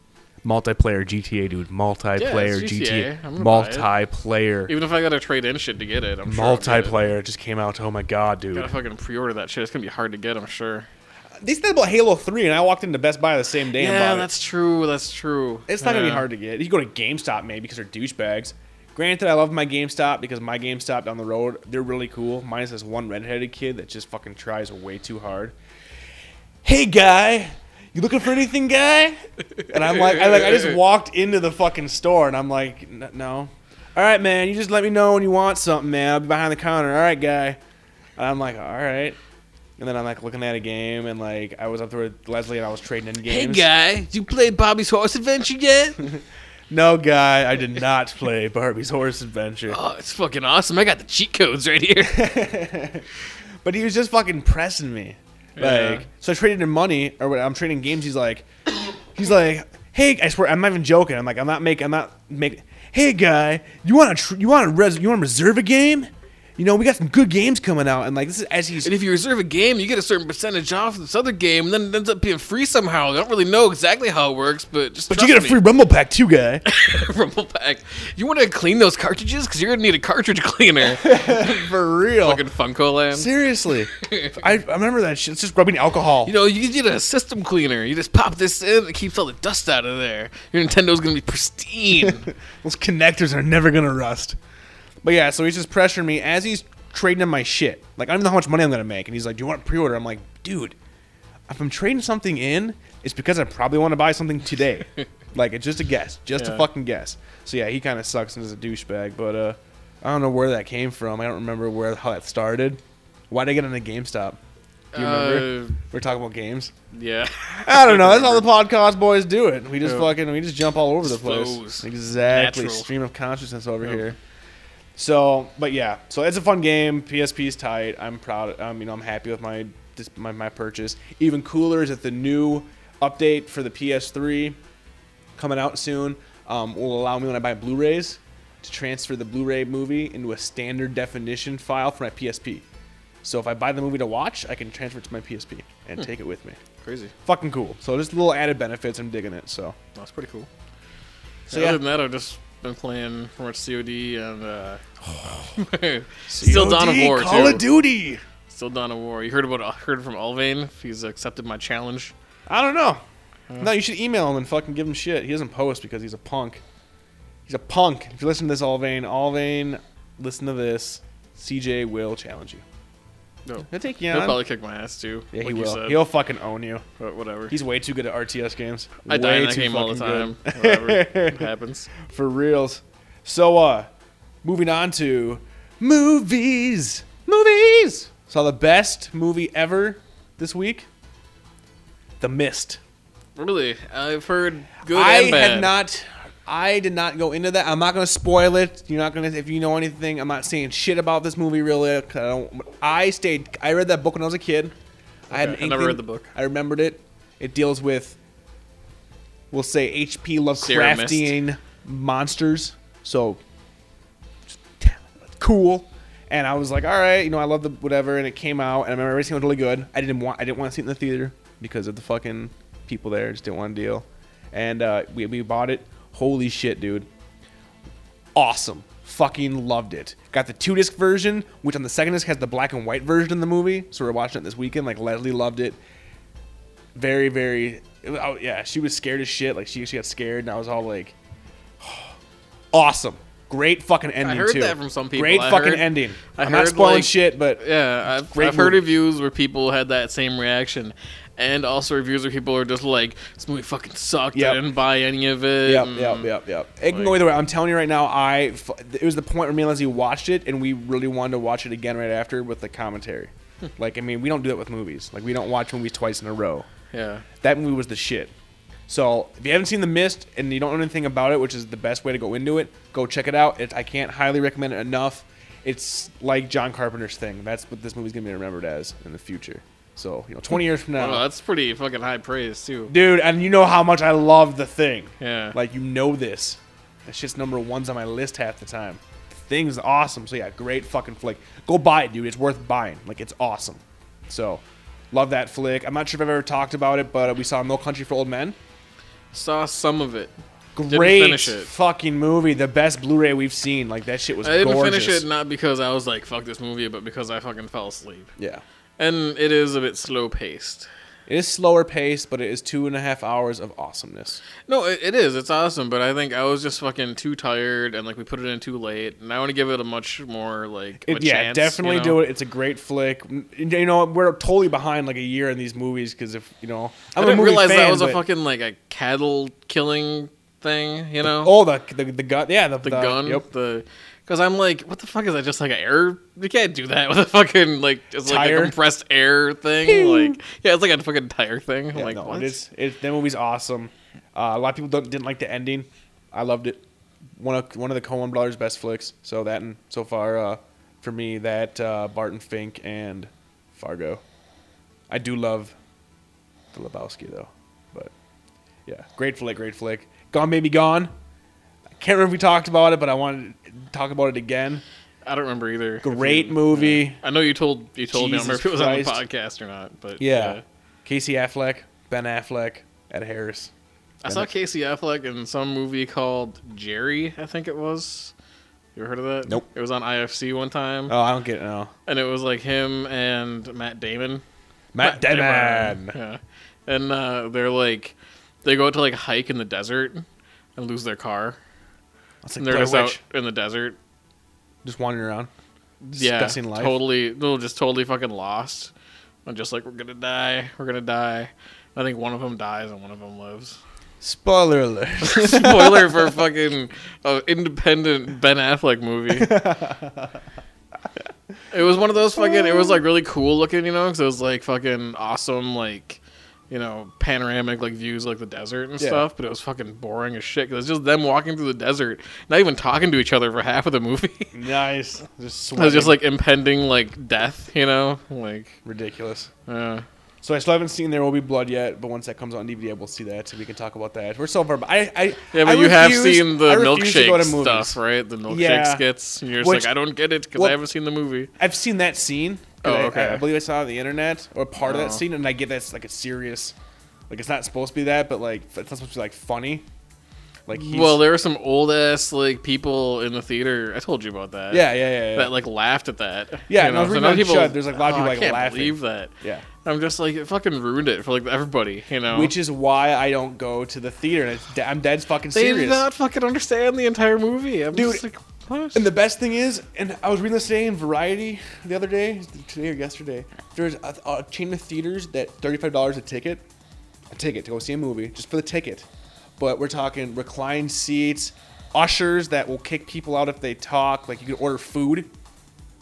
Speaker 2: Multiplayer GTA, dude. Multiplayer
Speaker 3: GTA.
Speaker 2: GTA.
Speaker 3: I'm gonna buy it.
Speaker 2: Multiplayer.
Speaker 3: even if I gotta trade in shit to get it, I'm sure I'll get it.
Speaker 2: Multiplayer just came out. Oh my god, dude.
Speaker 3: Gotta fucking pre-order that shit. It's gonna be hard to get. I'm sure.
Speaker 2: They said about Halo 3, and I walked into Best Buy the same day and
Speaker 3: yeah,
Speaker 2: bought it.
Speaker 3: that's true. That's true.
Speaker 2: It's not gonna be
Speaker 3: Yeah.
Speaker 2: hard to get. You go to GameStop maybe because they're douchebags. Granted, I love my GameStop because my GameStop down the road they're really cool. Minus this one redheaded kid that just fucking tries way too hard. Hey guy, "You looking for anything, guy?" And I'm like, I like, I just walked into the fucking store, and I'm like, "N- "No." All right, man. You just let me know when you want something, man. I'll be behind the counter. All right, guy. And I'm like, all right. And then I'm like looking at a game, and like I was up there with Leslie, and I was trading in
Speaker 3: Hey
Speaker 2: games.
Speaker 3: guy, did you play Bobby's Horse Adventure yet?
Speaker 2: No, guy, I did not play Barbie's Horse Adventure.
Speaker 3: oh, it's fucking awesome. I got the cheat codes right here.
Speaker 2: But he was just fucking pressing me. Like,
Speaker 3: Yeah.
Speaker 2: so I traded him money, or what? I'm trading games. He's like, he's like, hey, I swear, I'm not even joking. I'm like, I'm not making, I'm not making. Hey, guy, you want to, tr- you want to, res- you want to reserve a game? You know, we got some good games coming out, and like this is as he's.
Speaker 3: And if you reserve a game, you get a certain percentage off this other game, and then it ends up being free somehow. I don't really know exactly how it works, but just
Speaker 2: But you get a free rumble pack too, guy.
Speaker 3: rumble pack. You want to clean those cartridges because you're gonna need a cartridge cleaner.
Speaker 2: For real.
Speaker 3: Fucking Funko Land.
Speaker 2: Seriously, I, I remember that shit. It's just rubbing alcohol.
Speaker 3: you know, you need a system cleaner. You just pop this in, it keeps all the dust out of there. Your Nintendo's gonna be pristine.
Speaker 2: Those connectors are never gonna rust. But yeah, so he's just pressuring me as he's trading in my shit. Like I don't even know how much money I'm gonna make, and he's like, "Do you want pre-order?" I'm like, "Dude, if I'm trading something in, it's because I probably want to buy something today. like it's just a guess, just a
Speaker 3: Yeah.
Speaker 2: fucking guess." So yeah, he kind of sucks and is a douchebag. But uh, I don't know where that came from. I don't remember where how that started. Why did I get into GameStop? Do you remember?
Speaker 3: Uh,
Speaker 2: We're talking about games.
Speaker 3: yeah.
Speaker 2: I don't know. That's how the podcast boys do it. We just
Speaker 3: Yeah.
Speaker 2: fucking we just jump all over the place.
Speaker 3: Flows.
Speaker 2: Exactly.
Speaker 3: Natural.
Speaker 2: Stream of consciousness over here. So, but yeah. So it's a fun game. PSP's tight. I'm proud. Um, you know, I'm happy with my dis- my my purchase. Even cooler is that the new update for the PS3 coming out soon um, will allow me when I buy Blu-rays to transfer the Blu-ray movie into a standard definition file for my PSP. So if I buy the movie to watch, I can transfer it to my PSP and take it with me
Speaker 3: Crazy.
Speaker 2: fucking cool. So just little added benefits. I'm digging it. So
Speaker 3: That's pretty cool.
Speaker 2: So,
Speaker 3: So
Speaker 2: yeah.
Speaker 3: other than that, I've just been playing pretty much COD and uh,
Speaker 2: Oh.
Speaker 3: still Dawn of War
Speaker 2: Call
Speaker 3: too.
Speaker 2: of Duty.
Speaker 3: Still Dawn of War. You heard about heard from Alvain? He's accepted my challenge.
Speaker 2: I don't know. No, you should email him and fucking give him shit. He doesn't post because he's a punk. He's a punk. If you listen to this, Alvain, Alvain, listen to this. CJ will challenge you.
Speaker 3: No,
Speaker 2: He'll take you
Speaker 3: he'll
Speaker 2: on.
Speaker 3: probably kick my ass too.
Speaker 2: yeah,
Speaker 3: like
Speaker 2: he
Speaker 3: you
Speaker 2: will.
Speaker 3: said,
Speaker 2: He'll fucking own you.
Speaker 3: but whatever.
Speaker 2: He's way too good at RTS games.
Speaker 3: I die in
Speaker 2: Way
Speaker 3: that
Speaker 2: too
Speaker 3: game all the
Speaker 2: fucking good.
Speaker 3: time. whatever it happens.
Speaker 2: For reals. So, uh, moving on to movies. Movies! Saw the best movie ever this week The Mist.
Speaker 3: Really, I've heard good
Speaker 2: I
Speaker 3: and bad.
Speaker 2: had not. I did not go into that. I'm not going to spoil it. You're not going to, if you know anything, I'm not saying shit about this movie really. 'cause I don't. I stayed. I read that book when I was a kid. I had. An
Speaker 3: Okay, I never
Speaker 2: inkling-
Speaker 3: read the book.
Speaker 2: I remembered it. It deals with, we'll say, H.P.
Speaker 3: Sarah Mist.
Speaker 2: Lovecraftian monsters. So cool. And I was like, all right, you know, I love the whatever. And it came out, and I remember everything was really good. I didn't want, I didn't want to see it in the theater because of the fucking people there. Just didn't want to deal. And uh, we we bought it. Holy shit, dude! Awesome. Fucking loved it. Got the two disc version, which on the second disc has the black and white version of the movie. So we're watching it this weekend. Like Leslie loved it. Very, very. It was, oh, yeah, she was scared as shit. Like she, she got scared, and I was all like, awesome. Great fucking ending
Speaker 3: heard
Speaker 2: too.
Speaker 3: that from some people.
Speaker 2: Great
Speaker 3: I
Speaker 2: fucking
Speaker 3: heard-
Speaker 2: ending.
Speaker 3: I
Speaker 2: I'm not
Speaker 3: heard,
Speaker 2: spoiling
Speaker 3: like-
Speaker 2: shit, but
Speaker 3: Yeah, I've,
Speaker 2: great
Speaker 3: I've heard
Speaker 2: movie.
Speaker 3: reviews where people had that same reaction, and also reviews where people are just like, "This movie fucking sucked.
Speaker 2: Yep.
Speaker 3: I didn't buy any of it."
Speaker 2: Yep,
Speaker 3: and-
Speaker 2: yep, yep, yep. It can go either way. I'm telling you right now, I f- it was the point where me and Leslie watched it, and we really wanted to watch it again right after with the commentary. like, I mean, we don't do that with movies. Like, we don't watch movies twice in a row.
Speaker 3: Yeah.
Speaker 2: That movie was the shit. So, if you haven't seen The Mist and you don't know anything about it, which is the best way to go into it, go check it out. It, I can't highly recommend it enough. It's like John Carpenter's thing. That's what this movie's gonna be remembered as in the future. So, you know, 20 years from now,
Speaker 3: Wow, that's pretty fucking high praise too.
Speaker 2: dude, and you know how much I love the thing.
Speaker 3: Yeah.
Speaker 2: Like you know this. That shit's number one's on my list half the time. The thing's awesome. So yeah, great fucking flick. Go buy it, dude. It's worth buying. Like it's awesome. So love that flick. I'm not sure if I've ever talked about it, but we saw No Country for Old Men.
Speaker 3: Saw some of it. Didn't
Speaker 2: Great
Speaker 3: finish it.
Speaker 2: fucking movie. The best Blu-ray we've seen. Like that shit was
Speaker 3: I didn't
Speaker 2: gorgeous.
Speaker 3: finish it not because I was like, "Fuck this movie," but because I fucking fell asleep.
Speaker 2: Yeah.
Speaker 3: And it is a bit slow paced.
Speaker 2: It is slower paced, but it is two and a half hours of awesomeness.
Speaker 3: No, it, it is. It's awesome, but I think I was just fucking too tired and like we put it in too late, and I want to give it a much more like
Speaker 2: It-
Speaker 3: of a
Speaker 2: yeah,
Speaker 3: chance,
Speaker 2: definitely
Speaker 3: you know?
Speaker 2: do it. It's a great flick. M- You know, we're totally behind like a year in these movies because if you know,
Speaker 3: I
Speaker 2: I'm a
Speaker 3: didn't
Speaker 2: movie
Speaker 3: realize that
Speaker 2: fan,
Speaker 3: was a
Speaker 2: but-
Speaker 3: fucking like a cattle killing thing, you know?
Speaker 2: Oh, the the, the gun. Yeah, the,
Speaker 3: the gun,
Speaker 2: Yep.
Speaker 3: the because I'm like, what the fuck is that? Just like an air? You can't do that with a fucking like it's like a
Speaker 2: Tire?
Speaker 3: compressed air thing. Like yeah, it's like a fucking tire thing. I'm
Speaker 2: Yeah,
Speaker 3: like
Speaker 2: no,
Speaker 3: what?
Speaker 2: It's, it, that movie's awesome. Uh, a lot of people don't, didn't like the ending. I loved it. One of one of the Coen Brothers' best flicks. So that and so far uh, for me, that uh, Barton Fink and Fargo. I do love the Lebowski though, but yeah, great flick, great flick. Gone Baby Gone. I can't remember if we talked about it, but I wanted to talk about it again.
Speaker 3: I don't remember either. if
Speaker 2: Great
Speaker 3: you-
Speaker 2: movie.
Speaker 3: I know you told you told me I don't remember
Speaker 2: Jesus
Speaker 3: if it was on
Speaker 2: Christ.
Speaker 3: the podcast or not, but
Speaker 2: Yeah. Uh, Casey Affleck, Ben Affleck, Ed Harris.
Speaker 3: I saw Casey Affleck in some movie called Jerry, I think it was. You ever heard of that?
Speaker 2: Nope.
Speaker 3: It was on IFC one time,
Speaker 2: Oh, I don't get it now.
Speaker 3: and it was like him and Matt Damon.
Speaker 2: Matt Damon.
Speaker 3: Yeah. And uh, they're like, they go out to like hike in the desert and lose their car,
Speaker 2: It's
Speaker 3: and they're
Speaker 2: Blair
Speaker 3: just
Speaker 2: Witch.
Speaker 3: out in the desert.
Speaker 2: just wandering around,
Speaker 3: Yeah,
Speaker 2: discussing life.
Speaker 3: totally, no, just totally fucking lost. I'm just like, we're gonna die, we're gonna die. I think one of them dies and one of them lives.
Speaker 2: Spoiler alert.
Speaker 3: Spoiler for fucking uh, independent Ben Affleck movie. it was one of those fucking. It was like really cool looking, you know, because it was like fucking awesome, like you know, panoramic like views like the desert and
Speaker 2: Yeah.
Speaker 3: stuff. But it was fucking boring as shit. Cause it's just them walking through the desert, not even talking to each other for half of the movie.
Speaker 2: nice. Just
Speaker 3: it was just like impending like death, you know, like
Speaker 2: ridiculous.
Speaker 3: uh,
Speaker 2: So I still haven't seen There Will Be Blood yet, but once that comes on DVD, we'll see that. So we can talk about that. We're so far. I, I
Speaker 3: yeah. But
Speaker 2: I
Speaker 3: you have
Speaker 2: refuse-
Speaker 3: seen the
Speaker 2: I refuse to go to
Speaker 3: milkshake
Speaker 2: movies.
Speaker 3: stuff, right? The milkshake
Speaker 2: Yeah.
Speaker 3: skits. And you're just
Speaker 2: Which-
Speaker 3: like, I don't get it because
Speaker 2: Well-
Speaker 3: I haven't seen the movie.
Speaker 2: I've seen that scene.
Speaker 3: Oh,
Speaker 2: I-
Speaker 3: okay.
Speaker 2: I, I believe I saw it on the internet or part of
Speaker 3: Oh.
Speaker 2: that scene, and I get that's like a serious, like it's not supposed to be that, but like it's not supposed to be like funny. Like he's,
Speaker 3: Well, there were some old ass like people in the theater. I told you about that.
Speaker 2: yeah, yeah, yeah, yeah.
Speaker 3: That like laughed at that.
Speaker 2: Yeah, and I was reading
Speaker 3: now
Speaker 2: on Chud, there's, like, a lot of
Speaker 3: "Oh,
Speaker 2: people,
Speaker 3: I
Speaker 2: like,
Speaker 3: can't
Speaker 2: laughing."
Speaker 3: believe that.
Speaker 2: yeah.
Speaker 3: I'm just like it fucking ruined it for like everybody, you know.
Speaker 2: Which is why I don't go to the theater. And it's, I'm dead fucking
Speaker 3: they
Speaker 2: serious.
Speaker 3: did not fucking understand the entire movie. I'm
Speaker 2: Dude,
Speaker 3: just like, what?
Speaker 2: And the best thing is, and I was reading this today in Variety the other day, today or yesterday. There's a, a chain of theaters that thirty-five dollars a ticket, a ticket to go see a movie just for the ticket. But we're talking reclined seats, ushers that will kick people out if they talk. Like you can order food,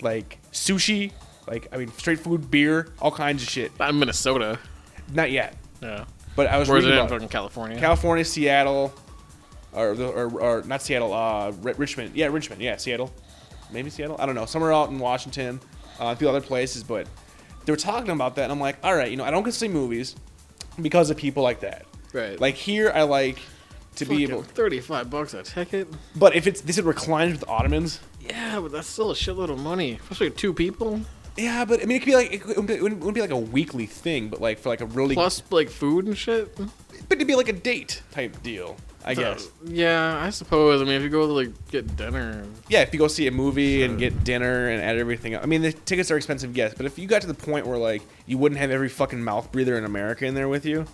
Speaker 2: like sushi, like I mean straight food, beer, all kinds of shit.
Speaker 3: Not in Minnesota.
Speaker 2: Not yet,
Speaker 3: No.
Speaker 2: but I was
Speaker 3: Where's it
Speaker 2: reading
Speaker 3: in
Speaker 2: about it.
Speaker 3: fucking California?
Speaker 2: California, Seattle, or, the- or, or not Seattle, uh, Ri- Richmond. Yeah, Richmond. Yeah, Seattle. Maybe Seattle. I don't know. Somewhere out in Washington, uh, a few other places. But they were talking about that, and I'm like, all right, you know, I don't get to see movies because of people like that.
Speaker 3: Right.
Speaker 2: Like here, I like to
Speaker 3: Fucking
Speaker 2: be able.
Speaker 3: Thirty-five bucks a ticket.
Speaker 2: But if it's this is reclined with ottomans.
Speaker 3: Yeah, but that's still a shitload of money, especially two people
Speaker 2: Yeah, but I mean, it could be like it wouldn't be, it wouldn't be like a weekly thing, but like for like a really,
Speaker 3: plus like food and shit.
Speaker 2: but it'd be like a date type deal, I guess.
Speaker 3: Yeah, I suppose. I mean, if you go to like get dinner,
Speaker 2: yeah, if you go see a movie and get dinner and add everything up. I mean, the tickets are expensive, yes, but if you got to the point where like you wouldn't have every fucking mouth breather in America in there with you,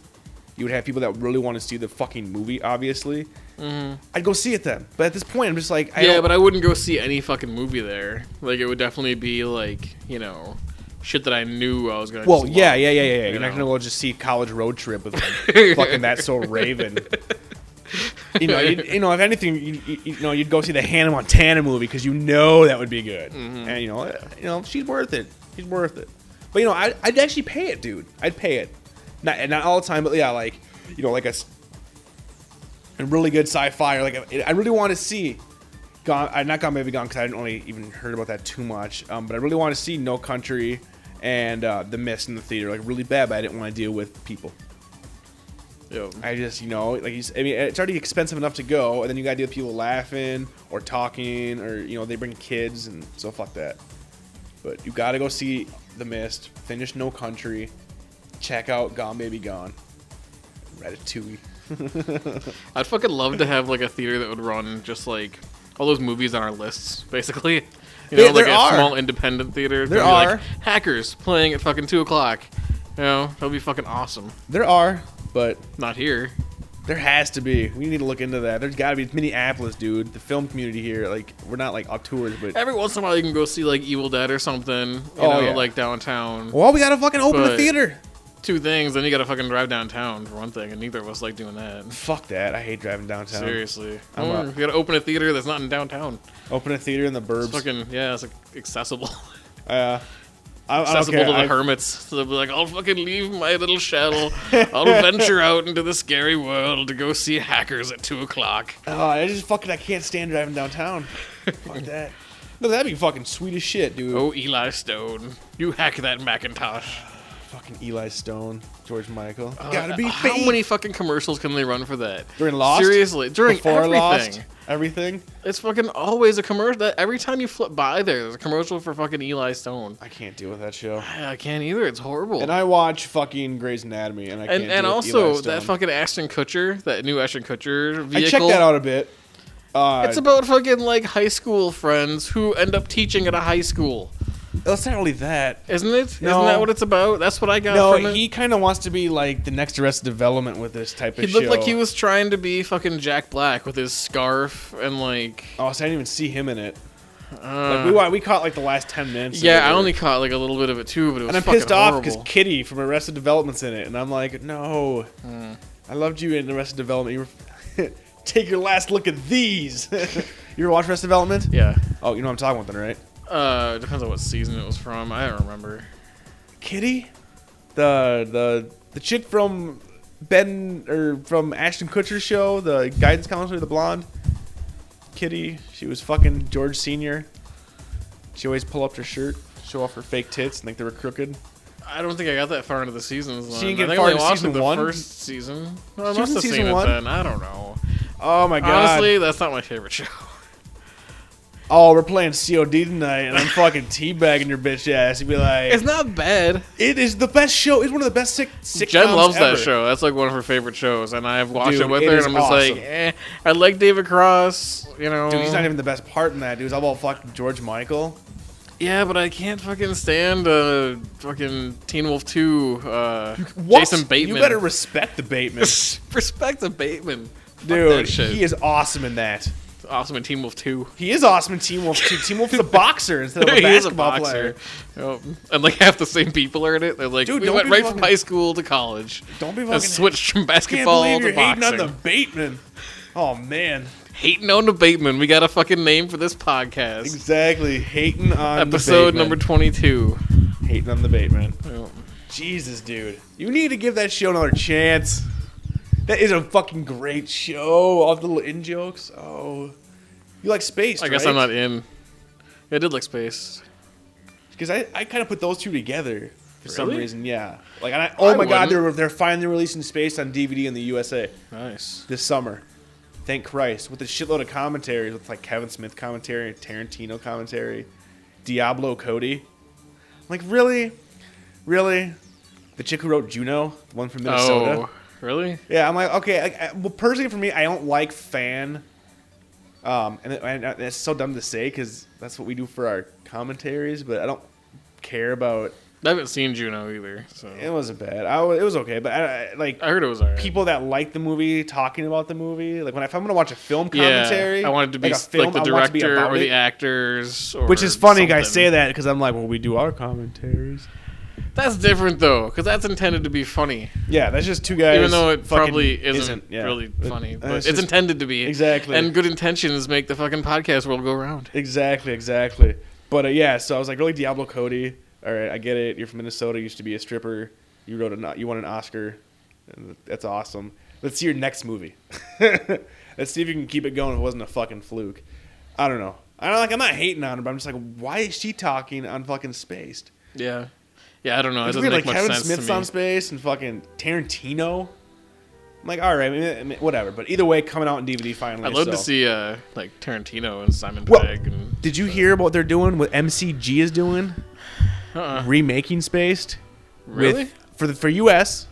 Speaker 2: you would have people that really want to see the fucking movie. Obviously, I'd go see it then. But at this point, I'm just like, I
Speaker 3: Mm-hmm. yeah,
Speaker 2: don't-
Speaker 3: but I wouldn't go see any fucking movie there. Like, it would definitely be like you know, shit that I knew I was gonna.
Speaker 2: well,
Speaker 3: just
Speaker 2: yeah,
Speaker 3: love,
Speaker 2: yeah, yeah, yeah. yeah.
Speaker 3: you
Speaker 2: You're not
Speaker 3: know?
Speaker 2: gonna go just see College Road Trip with like, fucking that so Raven. You know, you, you know, if anything, you, you, you know, you'd go see the Hannah Montana movie because you know that would be good,
Speaker 3: Mm-hmm.
Speaker 2: and you know, uh, you know, she's worth it. She's worth it. But you know, I, I'd actually pay it, dude. I'd pay it, not not all the time, but yeah, like you know, like a, s- a really good sci-fi or like a, I really want to see. Gone, I not Gone Baby Gone because I didn't really even heard about that too much. Um, but I really want to see No Country and uh, The Mist in the theater, like really bad. But I didn't want to deal with people.
Speaker 3: Yo,
Speaker 2: I just, you know, like you, s- I mean, it's already expensive enough to go, and then you got to deal with people laughing or talking, or you know, they bring kids and so fuck that. But you got to go see The Mist, finish No Country, check out Gone Baby Gone, Ratatouille.
Speaker 3: I'd fucking love to have like a theater that would run just like all those movies on our lists, basically. You know,
Speaker 2: There-
Speaker 3: like
Speaker 2: there
Speaker 3: a
Speaker 2: are.
Speaker 3: small independent theater. It'd
Speaker 2: There
Speaker 3: be, like,
Speaker 2: are.
Speaker 3: hackers playing at fucking two o'clock. You know, that'd be fucking awesome.
Speaker 2: There are, but
Speaker 3: Not here.
Speaker 2: there has to be. We need to look into that. There's got to be. It's Minneapolis, dude. The film community here. Like, we're not like auteurs, but.
Speaker 3: Every once in a while, you can go see like Evil Dead or something. You
Speaker 2: Oh,
Speaker 3: know,
Speaker 2: yeah.
Speaker 3: like downtown.
Speaker 2: Well, we got to fucking open the
Speaker 3: But-
Speaker 2: theater.
Speaker 3: Two things, then you gotta fucking drive downtown for one thing, and neither of us like doing that.
Speaker 2: Fuck that. I hate driving downtown.
Speaker 3: Seriously,
Speaker 2: I'm
Speaker 3: or
Speaker 2: up.
Speaker 3: you gotta open a theater that's not in downtown.
Speaker 2: Open a theater in the burbs.
Speaker 3: It's fucking yeah, it's like, accessible,
Speaker 2: uh, I, I don't
Speaker 3: accessible
Speaker 2: care.
Speaker 3: to the
Speaker 2: I-
Speaker 3: hermits. So they'll be like, I'll fucking leave my little shell. I'll venture out into the scary world to go see hackers at two o'clock.
Speaker 2: Oh, I just fucking I can't stand driving downtown. Fuck that. No, that'd be fucking sweet as shit, dude.
Speaker 3: Oh, Eli Stone, you hack that Macintosh.
Speaker 2: Fucking Eli Stone, George Michael.
Speaker 3: Uh,
Speaker 2: Gotta be
Speaker 3: How
Speaker 2: fake.
Speaker 3: many fucking commercials can they run for that?
Speaker 2: During Lost?
Speaker 3: Seriously, during
Speaker 2: Before
Speaker 3: everything.
Speaker 2: Lost, everything.
Speaker 3: It's fucking always a commercial. That every time you flip by there, there's a commercial for fucking Eli Stone.
Speaker 2: I can't deal with that show.
Speaker 3: I I can't either. It's horrible.
Speaker 2: And I watch fucking Grey's Anatomy, and I can't
Speaker 3: and,
Speaker 2: deal
Speaker 3: and
Speaker 2: with Eli
Speaker 3: also
Speaker 2: Stone.
Speaker 3: that fucking Ashton Kutcher, that new Ashton Kutcher
Speaker 2: I
Speaker 3: vehicle.
Speaker 2: checked that out a bit. Uh,
Speaker 3: It's about fucking like high school friends who end up teaching at a high school,
Speaker 2: that's not really that.
Speaker 3: isn't it?
Speaker 2: No.
Speaker 3: not that what it's about? That's what I got
Speaker 2: No,
Speaker 3: from it.
Speaker 2: he kind of wants to be like the next Arrested Development with this type of
Speaker 3: He looked
Speaker 2: show.
Speaker 3: like he was trying to be fucking Jack Black with his scarf and like.
Speaker 2: Oh, so I didn't even see him in it.
Speaker 3: uh,
Speaker 2: Like, we wa- we caught like the last ten minutes. of
Speaker 3: yeah, I
Speaker 2: it.
Speaker 3: only caught like a little bit of it too, but it was
Speaker 2: and I'm
Speaker 3: fucking
Speaker 2: pissed off because
Speaker 3: horrible.
Speaker 2: Kitty from Arrested Development's in it, and I'm like, no,
Speaker 3: Mm.
Speaker 2: I loved you in Arrested Development. You were take your last look at these. you ever watch Arrested Development?
Speaker 3: yeah,
Speaker 2: Oh, you know what I'm talking about then, right?
Speaker 3: uh, depends on what season it was from. I don't remember.
Speaker 2: Kitty, the the the chick from Ben or from Ashton Kutcher's show, the guidance counselor, the blonde. Kitty, she was fucking George Senior. She always pull up her shirt, show off her fake tits, and think they were crooked.
Speaker 3: I don't think I got that far into the seasons. Then.
Speaker 2: So you didn't get
Speaker 3: I think
Speaker 2: far
Speaker 3: I only
Speaker 2: into
Speaker 3: watched
Speaker 2: season
Speaker 3: it the
Speaker 2: one?
Speaker 3: first season. Well, I
Speaker 2: She was
Speaker 3: must
Speaker 2: in
Speaker 3: have seen
Speaker 2: season
Speaker 3: it
Speaker 2: one?
Speaker 3: then. I don't know.
Speaker 2: Oh my god!
Speaker 3: Honestly, that's not my favorite show.
Speaker 2: oh, we're playing COD tonight, and I'm fucking teabagging your bitch ass. You'd be like,
Speaker 3: It's not bad.
Speaker 2: it is the best show. It's one of the best sick. sitcoms
Speaker 3: Jen loves
Speaker 2: ever.
Speaker 3: that show. That's like one of her favorite shows, and I've watched
Speaker 2: Dude,
Speaker 3: it with
Speaker 2: it
Speaker 3: her,
Speaker 2: is
Speaker 3: and I'm just
Speaker 2: awesome.
Speaker 3: like, eh. I like David Cross, you know.
Speaker 2: Dude, he's not even the best part in that. Dude, it's all about fucking George Michael.
Speaker 3: yeah, but I can't fucking stand uh, fucking Teen Wolf 2. Uh,
Speaker 2: What?
Speaker 3: Jason Bateman.
Speaker 2: You better respect the Bateman,
Speaker 3: respect the Bateman. Fuck
Speaker 2: dude.
Speaker 3: that shit.
Speaker 2: He is awesome in that.
Speaker 3: awesome in Teen Wolf 2.
Speaker 2: He is awesome in Team Wolf too. Team Wolf is a boxer instead of a
Speaker 3: He is
Speaker 2: basketball player.
Speaker 3: Yep. And like half the same people are in it. They're like,
Speaker 2: Dude,
Speaker 3: we
Speaker 2: don't
Speaker 3: went
Speaker 2: be
Speaker 3: right
Speaker 2: fucking-
Speaker 3: from high school to college.
Speaker 2: Don't be
Speaker 3: And
Speaker 2: fucking.
Speaker 3: switched from
Speaker 2: Can't
Speaker 3: basketball
Speaker 2: believe you're
Speaker 3: to
Speaker 2: hating on
Speaker 3: boxing.
Speaker 2: the Bateman. Oh man,
Speaker 3: hating on the Bateman. We got a fucking name for this podcast.
Speaker 2: exactly. Hating on
Speaker 3: Episode
Speaker 2: the
Speaker 3: number
Speaker 2: Bateman.
Speaker 3: 22.
Speaker 2: Hating on the Bateman.
Speaker 3: Yep.
Speaker 2: Jesus, dude. You need to give that show another chance. That is a fucking great show. All the little in jokes. Oh. You like space,
Speaker 3: I guess I'm not in. Yeah, I did like space.
Speaker 2: Because I, I kind of put those two together for some
Speaker 3: Really?
Speaker 2: reason, yeah. Like, and I, oh
Speaker 3: I
Speaker 2: my god,
Speaker 3: wouldn't.
Speaker 2: they're, they're finally releasing space on DVD in the USA
Speaker 3: Nice.
Speaker 2: this summer. Thank Christ. With a shitload of commentaries, with like Kevin Smith commentary, Tarantino commentary, Diablo Cody. Like, really? Really? The chick who wrote Juno, the one from Minnesota?
Speaker 3: Oh, really?
Speaker 2: Yeah, I'm like, okay. Like, I, well, personally, for me, I don't like fan. Um, and, and that's so dumb to say because that's what we do for our commentaries. But I don't care about.
Speaker 3: I haven't seen Juno either. So
Speaker 2: It wasn't bad. I was, it was okay, but I, I- like
Speaker 3: I heard it was alright.
Speaker 2: people that like the movie talking about the movie. Like when if I'm gonna watch a film
Speaker 3: yeah,
Speaker 2: commentary,
Speaker 3: I wanted to be
Speaker 2: a
Speaker 3: like,
Speaker 2: film,
Speaker 3: the
Speaker 2: I want it to be
Speaker 3: director
Speaker 2: about
Speaker 3: or the
Speaker 2: it.
Speaker 3: actors. Or
Speaker 2: Which is funny, guys.
Speaker 3: something.
Speaker 2: Say that because I'm like, well, we do our commentaries.
Speaker 3: That's different though, because that's intended to be funny,
Speaker 2: Yeah, that's just two guys.
Speaker 3: even though it
Speaker 2: fucking
Speaker 3: probably isn't,
Speaker 2: yeah.
Speaker 3: really
Speaker 2: But
Speaker 3: funny.
Speaker 2: that's
Speaker 3: But it's
Speaker 2: just-
Speaker 3: intended to be
Speaker 2: Exactly.
Speaker 3: And good intentions make the fucking podcast world go round.
Speaker 2: Exactly, exactly. But uh, yeah, so I was like, really, Diablo Cody. All right, I get it. You're from Minnesota. You used to be a stripper. You wrote an, you won an Oscar. And That's awesome. Let's see your next movie. Let's see if you can keep it going. If it wasn't a fucking fluke. I don't know. I don't like. I'm not hating on her, but I'm just like, why is she talking on fucking Spaced?
Speaker 3: Yeah, yeah. I don't know. It
Speaker 2: It's
Speaker 3: doesn't
Speaker 2: weird,
Speaker 3: make
Speaker 2: like
Speaker 3: much
Speaker 2: Kevin
Speaker 3: sense
Speaker 2: Smith's
Speaker 3: to me.
Speaker 2: on Space and fucking Tarantino. I'm like, all right, I mean, I mean, whatever. But either way, coming out in DVD finally.
Speaker 3: I'd love to
Speaker 2: so.
Speaker 3: see uh, like Tarantino and Simon
Speaker 2: Well,
Speaker 3: Pegg. And,
Speaker 2: Did you hear about what they're doing? What MCG is doing?
Speaker 3: uh-uh.
Speaker 2: remaking Spaced
Speaker 3: Really?
Speaker 2: with for the for US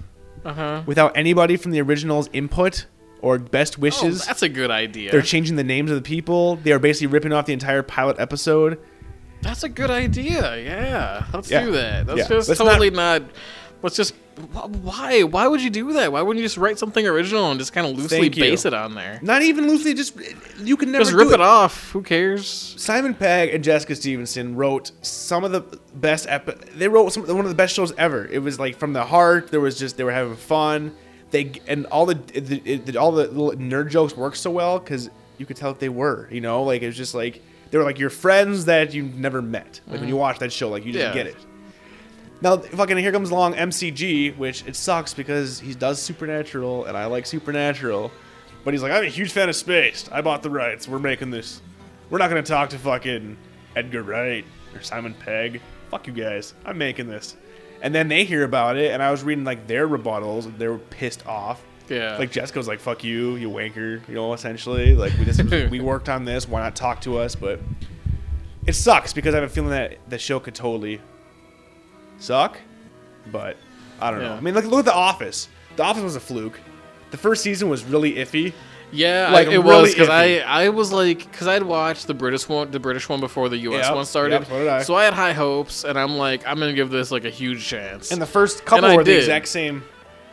Speaker 3: Uh huh.
Speaker 2: without anybody from the original's input or best
Speaker 3: Oh,
Speaker 2: wishes.
Speaker 3: that's a good idea.
Speaker 2: They're changing the names of the people. They are basically ripping off the entire pilot episode.
Speaker 3: That's a good idea. Yeah, let's
Speaker 2: Yeah.
Speaker 3: do that. That's
Speaker 2: Yeah.
Speaker 3: just
Speaker 2: Let's
Speaker 3: totally not. What's just wh- why? Why would you do that? Why wouldn't you just write something original and just kind of loosely
Speaker 2: Thank you.
Speaker 3: base it on there?
Speaker 2: Not even loosely, just you can never
Speaker 3: Just rip
Speaker 2: do
Speaker 3: it off. Who cares?
Speaker 2: Simon Pegg and Jessica Stevenson wrote some of the best epi- they wrote some one of the best shows ever. It was like from the heart. There was just they were having fun. They and all the, the, the all the little nerd jokes worked so well because you could tell that they were. You know, like it was just like they were like your friends that you never met. Like when you watch that show, like you just
Speaker 3: Yeah.
Speaker 2: get it. Now, fucking here comes along MCG, which it sucks because he does Supernatural and I like Supernatural, but he's like, I'm a huge fan of Spaced. I bought the rights. We're making this. We're not gonna talk to fucking Edgar Wright or Simon Pegg. Fuck you guys. I'm making this. And then they hear about it, and I was reading like their rebuttals. and They were pissed off.
Speaker 3: Yeah.
Speaker 2: Like Jessica was like, "Fuck you, you wanker," you know, essentially. Like we just we worked on this. Why not talk to us? But it sucks because I have a feeling that the show could totally suck, but I don't know.
Speaker 3: Yeah.
Speaker 2: I mean, look, look at The Office. The Office was a fluke. The first season was really iffy.
Speaker 3: Yeah,
Speaker 2: Like,
Speaker 3: I, it
Speaker 2: really
Speaker 3: was because I
Speaker 2: iffy.
Speaker 3: I was like because I'd watched the British one the British one before the U.S.
Speaker 2: Yep,
Speaker 3: one started,
Speaker 2: yep, so did I.
Speaker 3: so I had high hopes, and I'm like I'm gonna give this like a huge chance.
Speaker 2: And the first couple
Speaker 3: And I
Speaker 2: were the
Speaker 3: did.
Speaker 2: exact same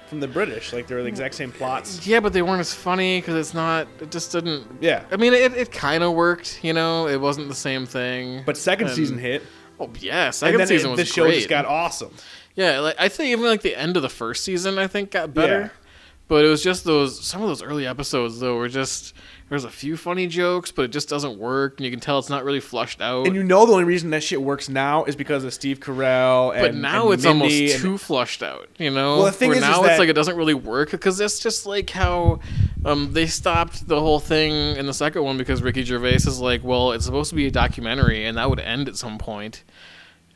Speaker 2: from the British. Like, they were the exact same plots.
Speaker 3: yeah, but they weren't as funny because it's not. It just didn't.
Speaker 2: Yeah.
Speaker 3: I mean, it, it kind of worked. You know, it wasn't the same thing.
Speaker 2: But second
Speaker 3: And-
Speaker 2: season hit.
Speaker 3: oh yeah,
Speaker 2: And
Speaker 3: second
Speaker 2: then
Speaker 3: season
Speaker 2: it,
Speaker 3: was
Speaker 2: the show
Speaker 3: great.
Speaker 2: just got awesome.
Speaker 3: Yeah, like I think even like the end of the first season, I think got better.
Speaker 2: Yeah.
Speaker 3: But it was just those some of those early episodes though were just there's a few funny jokes, but it just doesn't work, and you can tell it's not really flushed out.
Speaker 2: And you know the only reason that shit works now is because of Steve Carell and
Speaker 3: but now
Speaker 2: and
Speaker 3: it's
Speaker 2: Mindy
Speaker 3: almost
Speaker 2: and-
Speaker 3: too flushed out, you know.
Speaker 2: Well, the thing
Speaker 3: Where
Speaker 2: is, is
Speaker 3: now
Speaker 2: that-
Speaker 3: it's like it doesn't really work because that's just like how um, they stopped the whole thing in the second one because Ricky Gervais is like, well, it's supposed to be a documentary, and that would end at some point.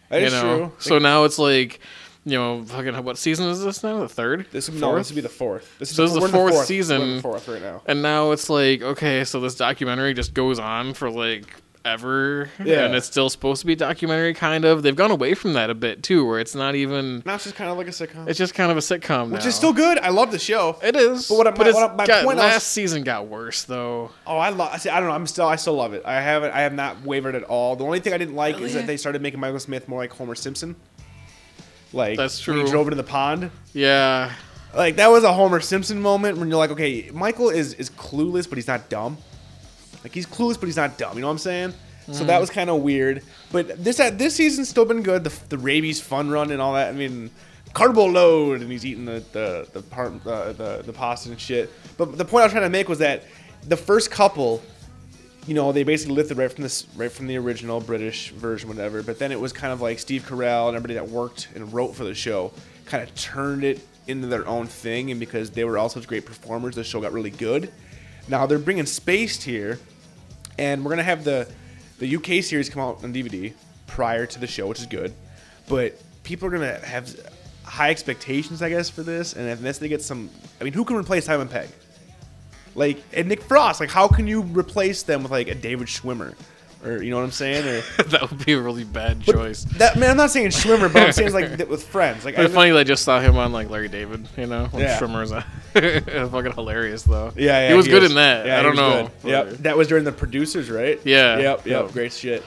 Speaker 2: That
Speaker 3: you
Speaker 2: is
Speaker 3: know?
Speaker 2: true.
Speaker 3: So now it's like, you know, fucking what season is this now? The third.
Speaker 2: this,
Speaker 3: fourth.
Speaker 2: no, this would be the fourth. This
Speaker 3: So this is the
Speaker 2: we're in
Speaker 3: fourth
Speaker 2: We're in
Speaker 3: season.
Speaker 2: the fourth right now.
Speaker 3: And now it's like, okay, so this documentary just goes on for like ever.
Speaker 2: Yeah.
Speaker 3: And it's still supposed to be documentary, kind of. They've gone away from that a bit too, where it's not even.
Speaker 2: Now it's just kind of like a sitcom.
Speaker 3: It's just kind of a sitcom now.
Speaker 2: Which is still good. I love the show.
Speaker 3: It is.
Speaker 2: But what I- my-
Speaker 3: it's
Speaker 2: what I- my
Speaker 3: got-
Speaker 2: point I was-
Speaker 3: last season got worse, though.
Speaker 2: Oh, I love. I don't know. I'm still. I still love it. I haven't. I have not wavered at all. The only thing I didn't like is that they started making Michael Smith more like Homer Simpson. Like
Speaker 3: That's
Speaker 2: When
Speaker 3: true.
Speaker 2: he drove into the pond.
Speaker 3: Yeah.
Speaker 2: Like that was a Homer Simpson moment when you're like, okay, Michael is is clueless, but he's not dumb. Like he's clueless, but he's not dumb. You know what I'm saying? So that was kind of weird. But this uh, this season's still been good. The, the rabies fun run and all that. I mean, carbo load, and he's eating the the the, par, uh, the the pasta and shit. But the point I was trying to make was that the first couple, you know, they basically lifted right from this right from the original British version, whatever. But then it was kind of like Steve Carell and everybody that worked and wrote for the show kind of turned it into their own thing. And because they were all such great performers, the show got really good. Now they're bringing Spaced here and we're gonna have the the UK series come out on DVD prior to the show, which is good. But people are gonna have high expectations, I guess, for this, and unless they get some, I mean, who can replace Simon Pegg? Like and Nick Frost, like how can you replace them with like a David Schwimmer, or you know what I'm saying? Or
Speaker 3: that would be a really bad
Speaker 2: but
Speaker 3: choice.
Speaker 2: That man, I'm not saying Schwimmer, but I'm saying it's like th- with friends. Like I
Speaker 3: But funny, they just saw him on like Larry David, you know, when
Speaker 2: Yeah.
Speaker 3: Trimmer's on. fucking hilarious though.
Speaker 2: Yeah, yeah,
Speaker 3: he was good
Speaker 2: is.
Speaker 3: in that.
Speaker 2: Yeah,
Speaker 3: I
Speaker 2: he
Speaker 3: don't
Speaker 2: was
Speaker 3: know.
Speaker 2: good. Yep, that was during the producers, right?
Speaker 3: Yeah.
Speaker 2: Yep, yep.
Speaker 3: Yep.
Speaker 2: Great shit.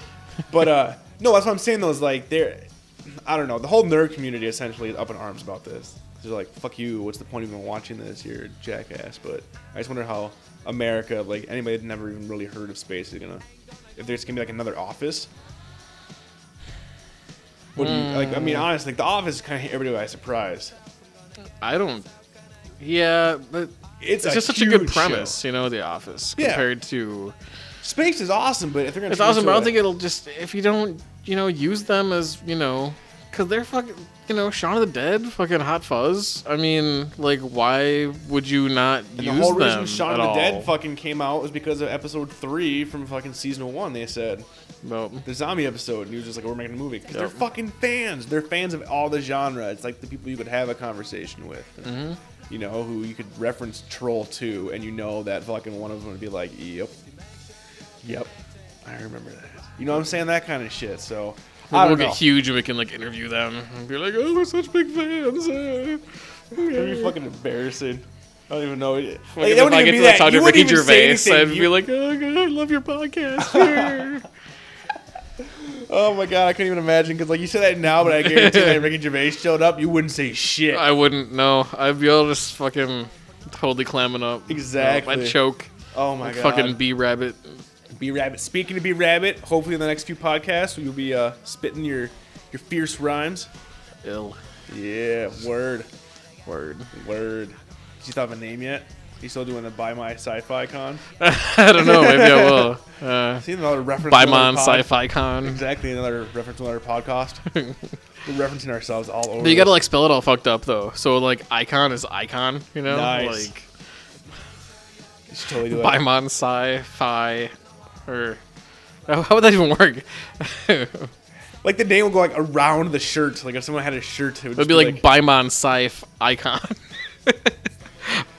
Speaker 2: But uh, no, that's what I'm saying. Though is like they're, I don't know, the whole nerd community essentially is up in arms about this. They're like, "Fuck you! What's the point of even watching this? You're a jackass." But I just wonder how America, like anybody that never even really heard of space, is gonna, if there's gonna be like another office. What do you, like? I mean,
Speaker 3: Mm.
Speaker 2: honestly, like, the office kind of everybody by surprise.
Speaker 3: I don't. Yeah, but
Speaker 2: It's,
Speaker 3: it's, just such a good
Speaker 2: huge show.
Speaker 3: premise, you know, The Office
Speaker 2: Yeah.
Speaker 3: compared to
Speaker 2: Space is awesome, but if they're gonna,
Speaker 3: it's
Speaker 2: turn
Speaker 3: awesome.
Speaker 2: into
Speaker 3: But I don't
Speaker 2: a-
Speaker 3: think it'll just if you don't you know use them as you know because they're fucking you know Shaun of the Dead, fucking Hot Fuzz. I mean, like why would you not
Speaker 2: And
Speaker 3: use
Speaker 2: the whole
Speaker 3: them
Speaker 2: reason Shaun of
Speaker 3: at
Speaker 2: the
Speaker 3: all?
Speaker 2: Dead fucking came out was because of episode three from fucking season one. They said
Speaker 3: Nope.
Speaker 2: the zombie episode, and he was just like, "We're making a movie." Because
Speaker 3: Yep.
Speaker 2: they're fucking fans. They're fans of all the genre. It's like the people you could have a conversation with.
Speaker 3: Mm-hmm.
Speaker 2: You know, who you could reference Troll two, and you know that fucking one of them would be like, "Yep, yep, I remember that." You know what I'm saying? That kind of shit. So I
Speaker 3: we'll
Speaker 2: don't
Speaker 3: get
Speaker 2: know.
Speaker 3: huge and we can like interview them and be like, oh, we're such big fans. uh."
Speaker 2: That'd be fucking embarrassing. I don't even know. Like,
Speaker 3: Like,
Speaker 2: that
Speaker 3: if
Speaker 2: wouldn't
Speaker 3: I
Speaker 2: even
Speaker 3: get
Speaker 2: be
Speaker 3: to
Speaker 2: that.
Speaker 3: talk
Speaker 2: You
Speaker 3: to
Speaker 2: wouldn't
Speaker 3: Ricky
Speaker 2: even say
Speaker 3: Gervais,
Speaker 2: anything.
Speaker 3: I'd
Speaker 2: You-
Speaker 3: be like, oh, God, I love your podcast.
Speaker 2: Oh my god, I couldn't even imagine because like you say that now, but I guarantee that Ricky Gervais showed up, you wouldn't say shit.
Speaker 3: I wouldn't know. I'd be all just fucking totally clamming up.
Speaker 2: Exactly.
Speaker 3: I'd choke.
Speaker 2: oh my
Speaker 3: like
Speaker 2: god,
Speaker 3: fucking bee rabbit.
Speaker 2: B Rabbit. Speaking of B Rabbit, hopefully in the next few podcasts you'll be uh, spitting your your fierce rhymes.
Speaker 3: Ill.
Speaker 2: Yeah, word,
Speaker 3: Word.
Speaker 2: word. Did you thought of a name yet? You still doing the Buy My Sci-Fi Con?
Speaker 3: I don't know. Maybe I will. Uh,
Speaker 2: See another reference. to another
Speaker 3: Bimon
Speaker 2: pod-
Speaker 3: Sci-Fi Con.
Speaker 2: Exactly, another reference to another podcast. We're referencing ourselves all over.
Speaker 3: But you gotta
Speaker 2: this.
Speaker 3: like spell it all fucked up though. So like icon is icon, you know?
Speaker 2: Nice.
Speaker 3: Like
Speaker 2: You should totally do it.
Speaker 3: Bimon Sci Fi or Oh, how would that even work? It'd
Speaker 2: Like the name will go like around the shirt. Like if someone had a shirt, it would just
Speaker 3: be like, Bimon Sci Icon.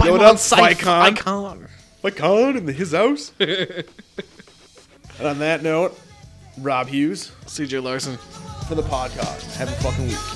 Speaker 2: Yo, what
Speaker 3: Bimon
Speaker 2: up,
Speaker 3: Sci
Speaker 2: Ficon?
Speaker 3: Icon.
Speaker 2: my con in his house. and on that note, Rob Hughes
Speaker 3: CJ Larson.
Speaker 2: for the podcast. Have a fucking week.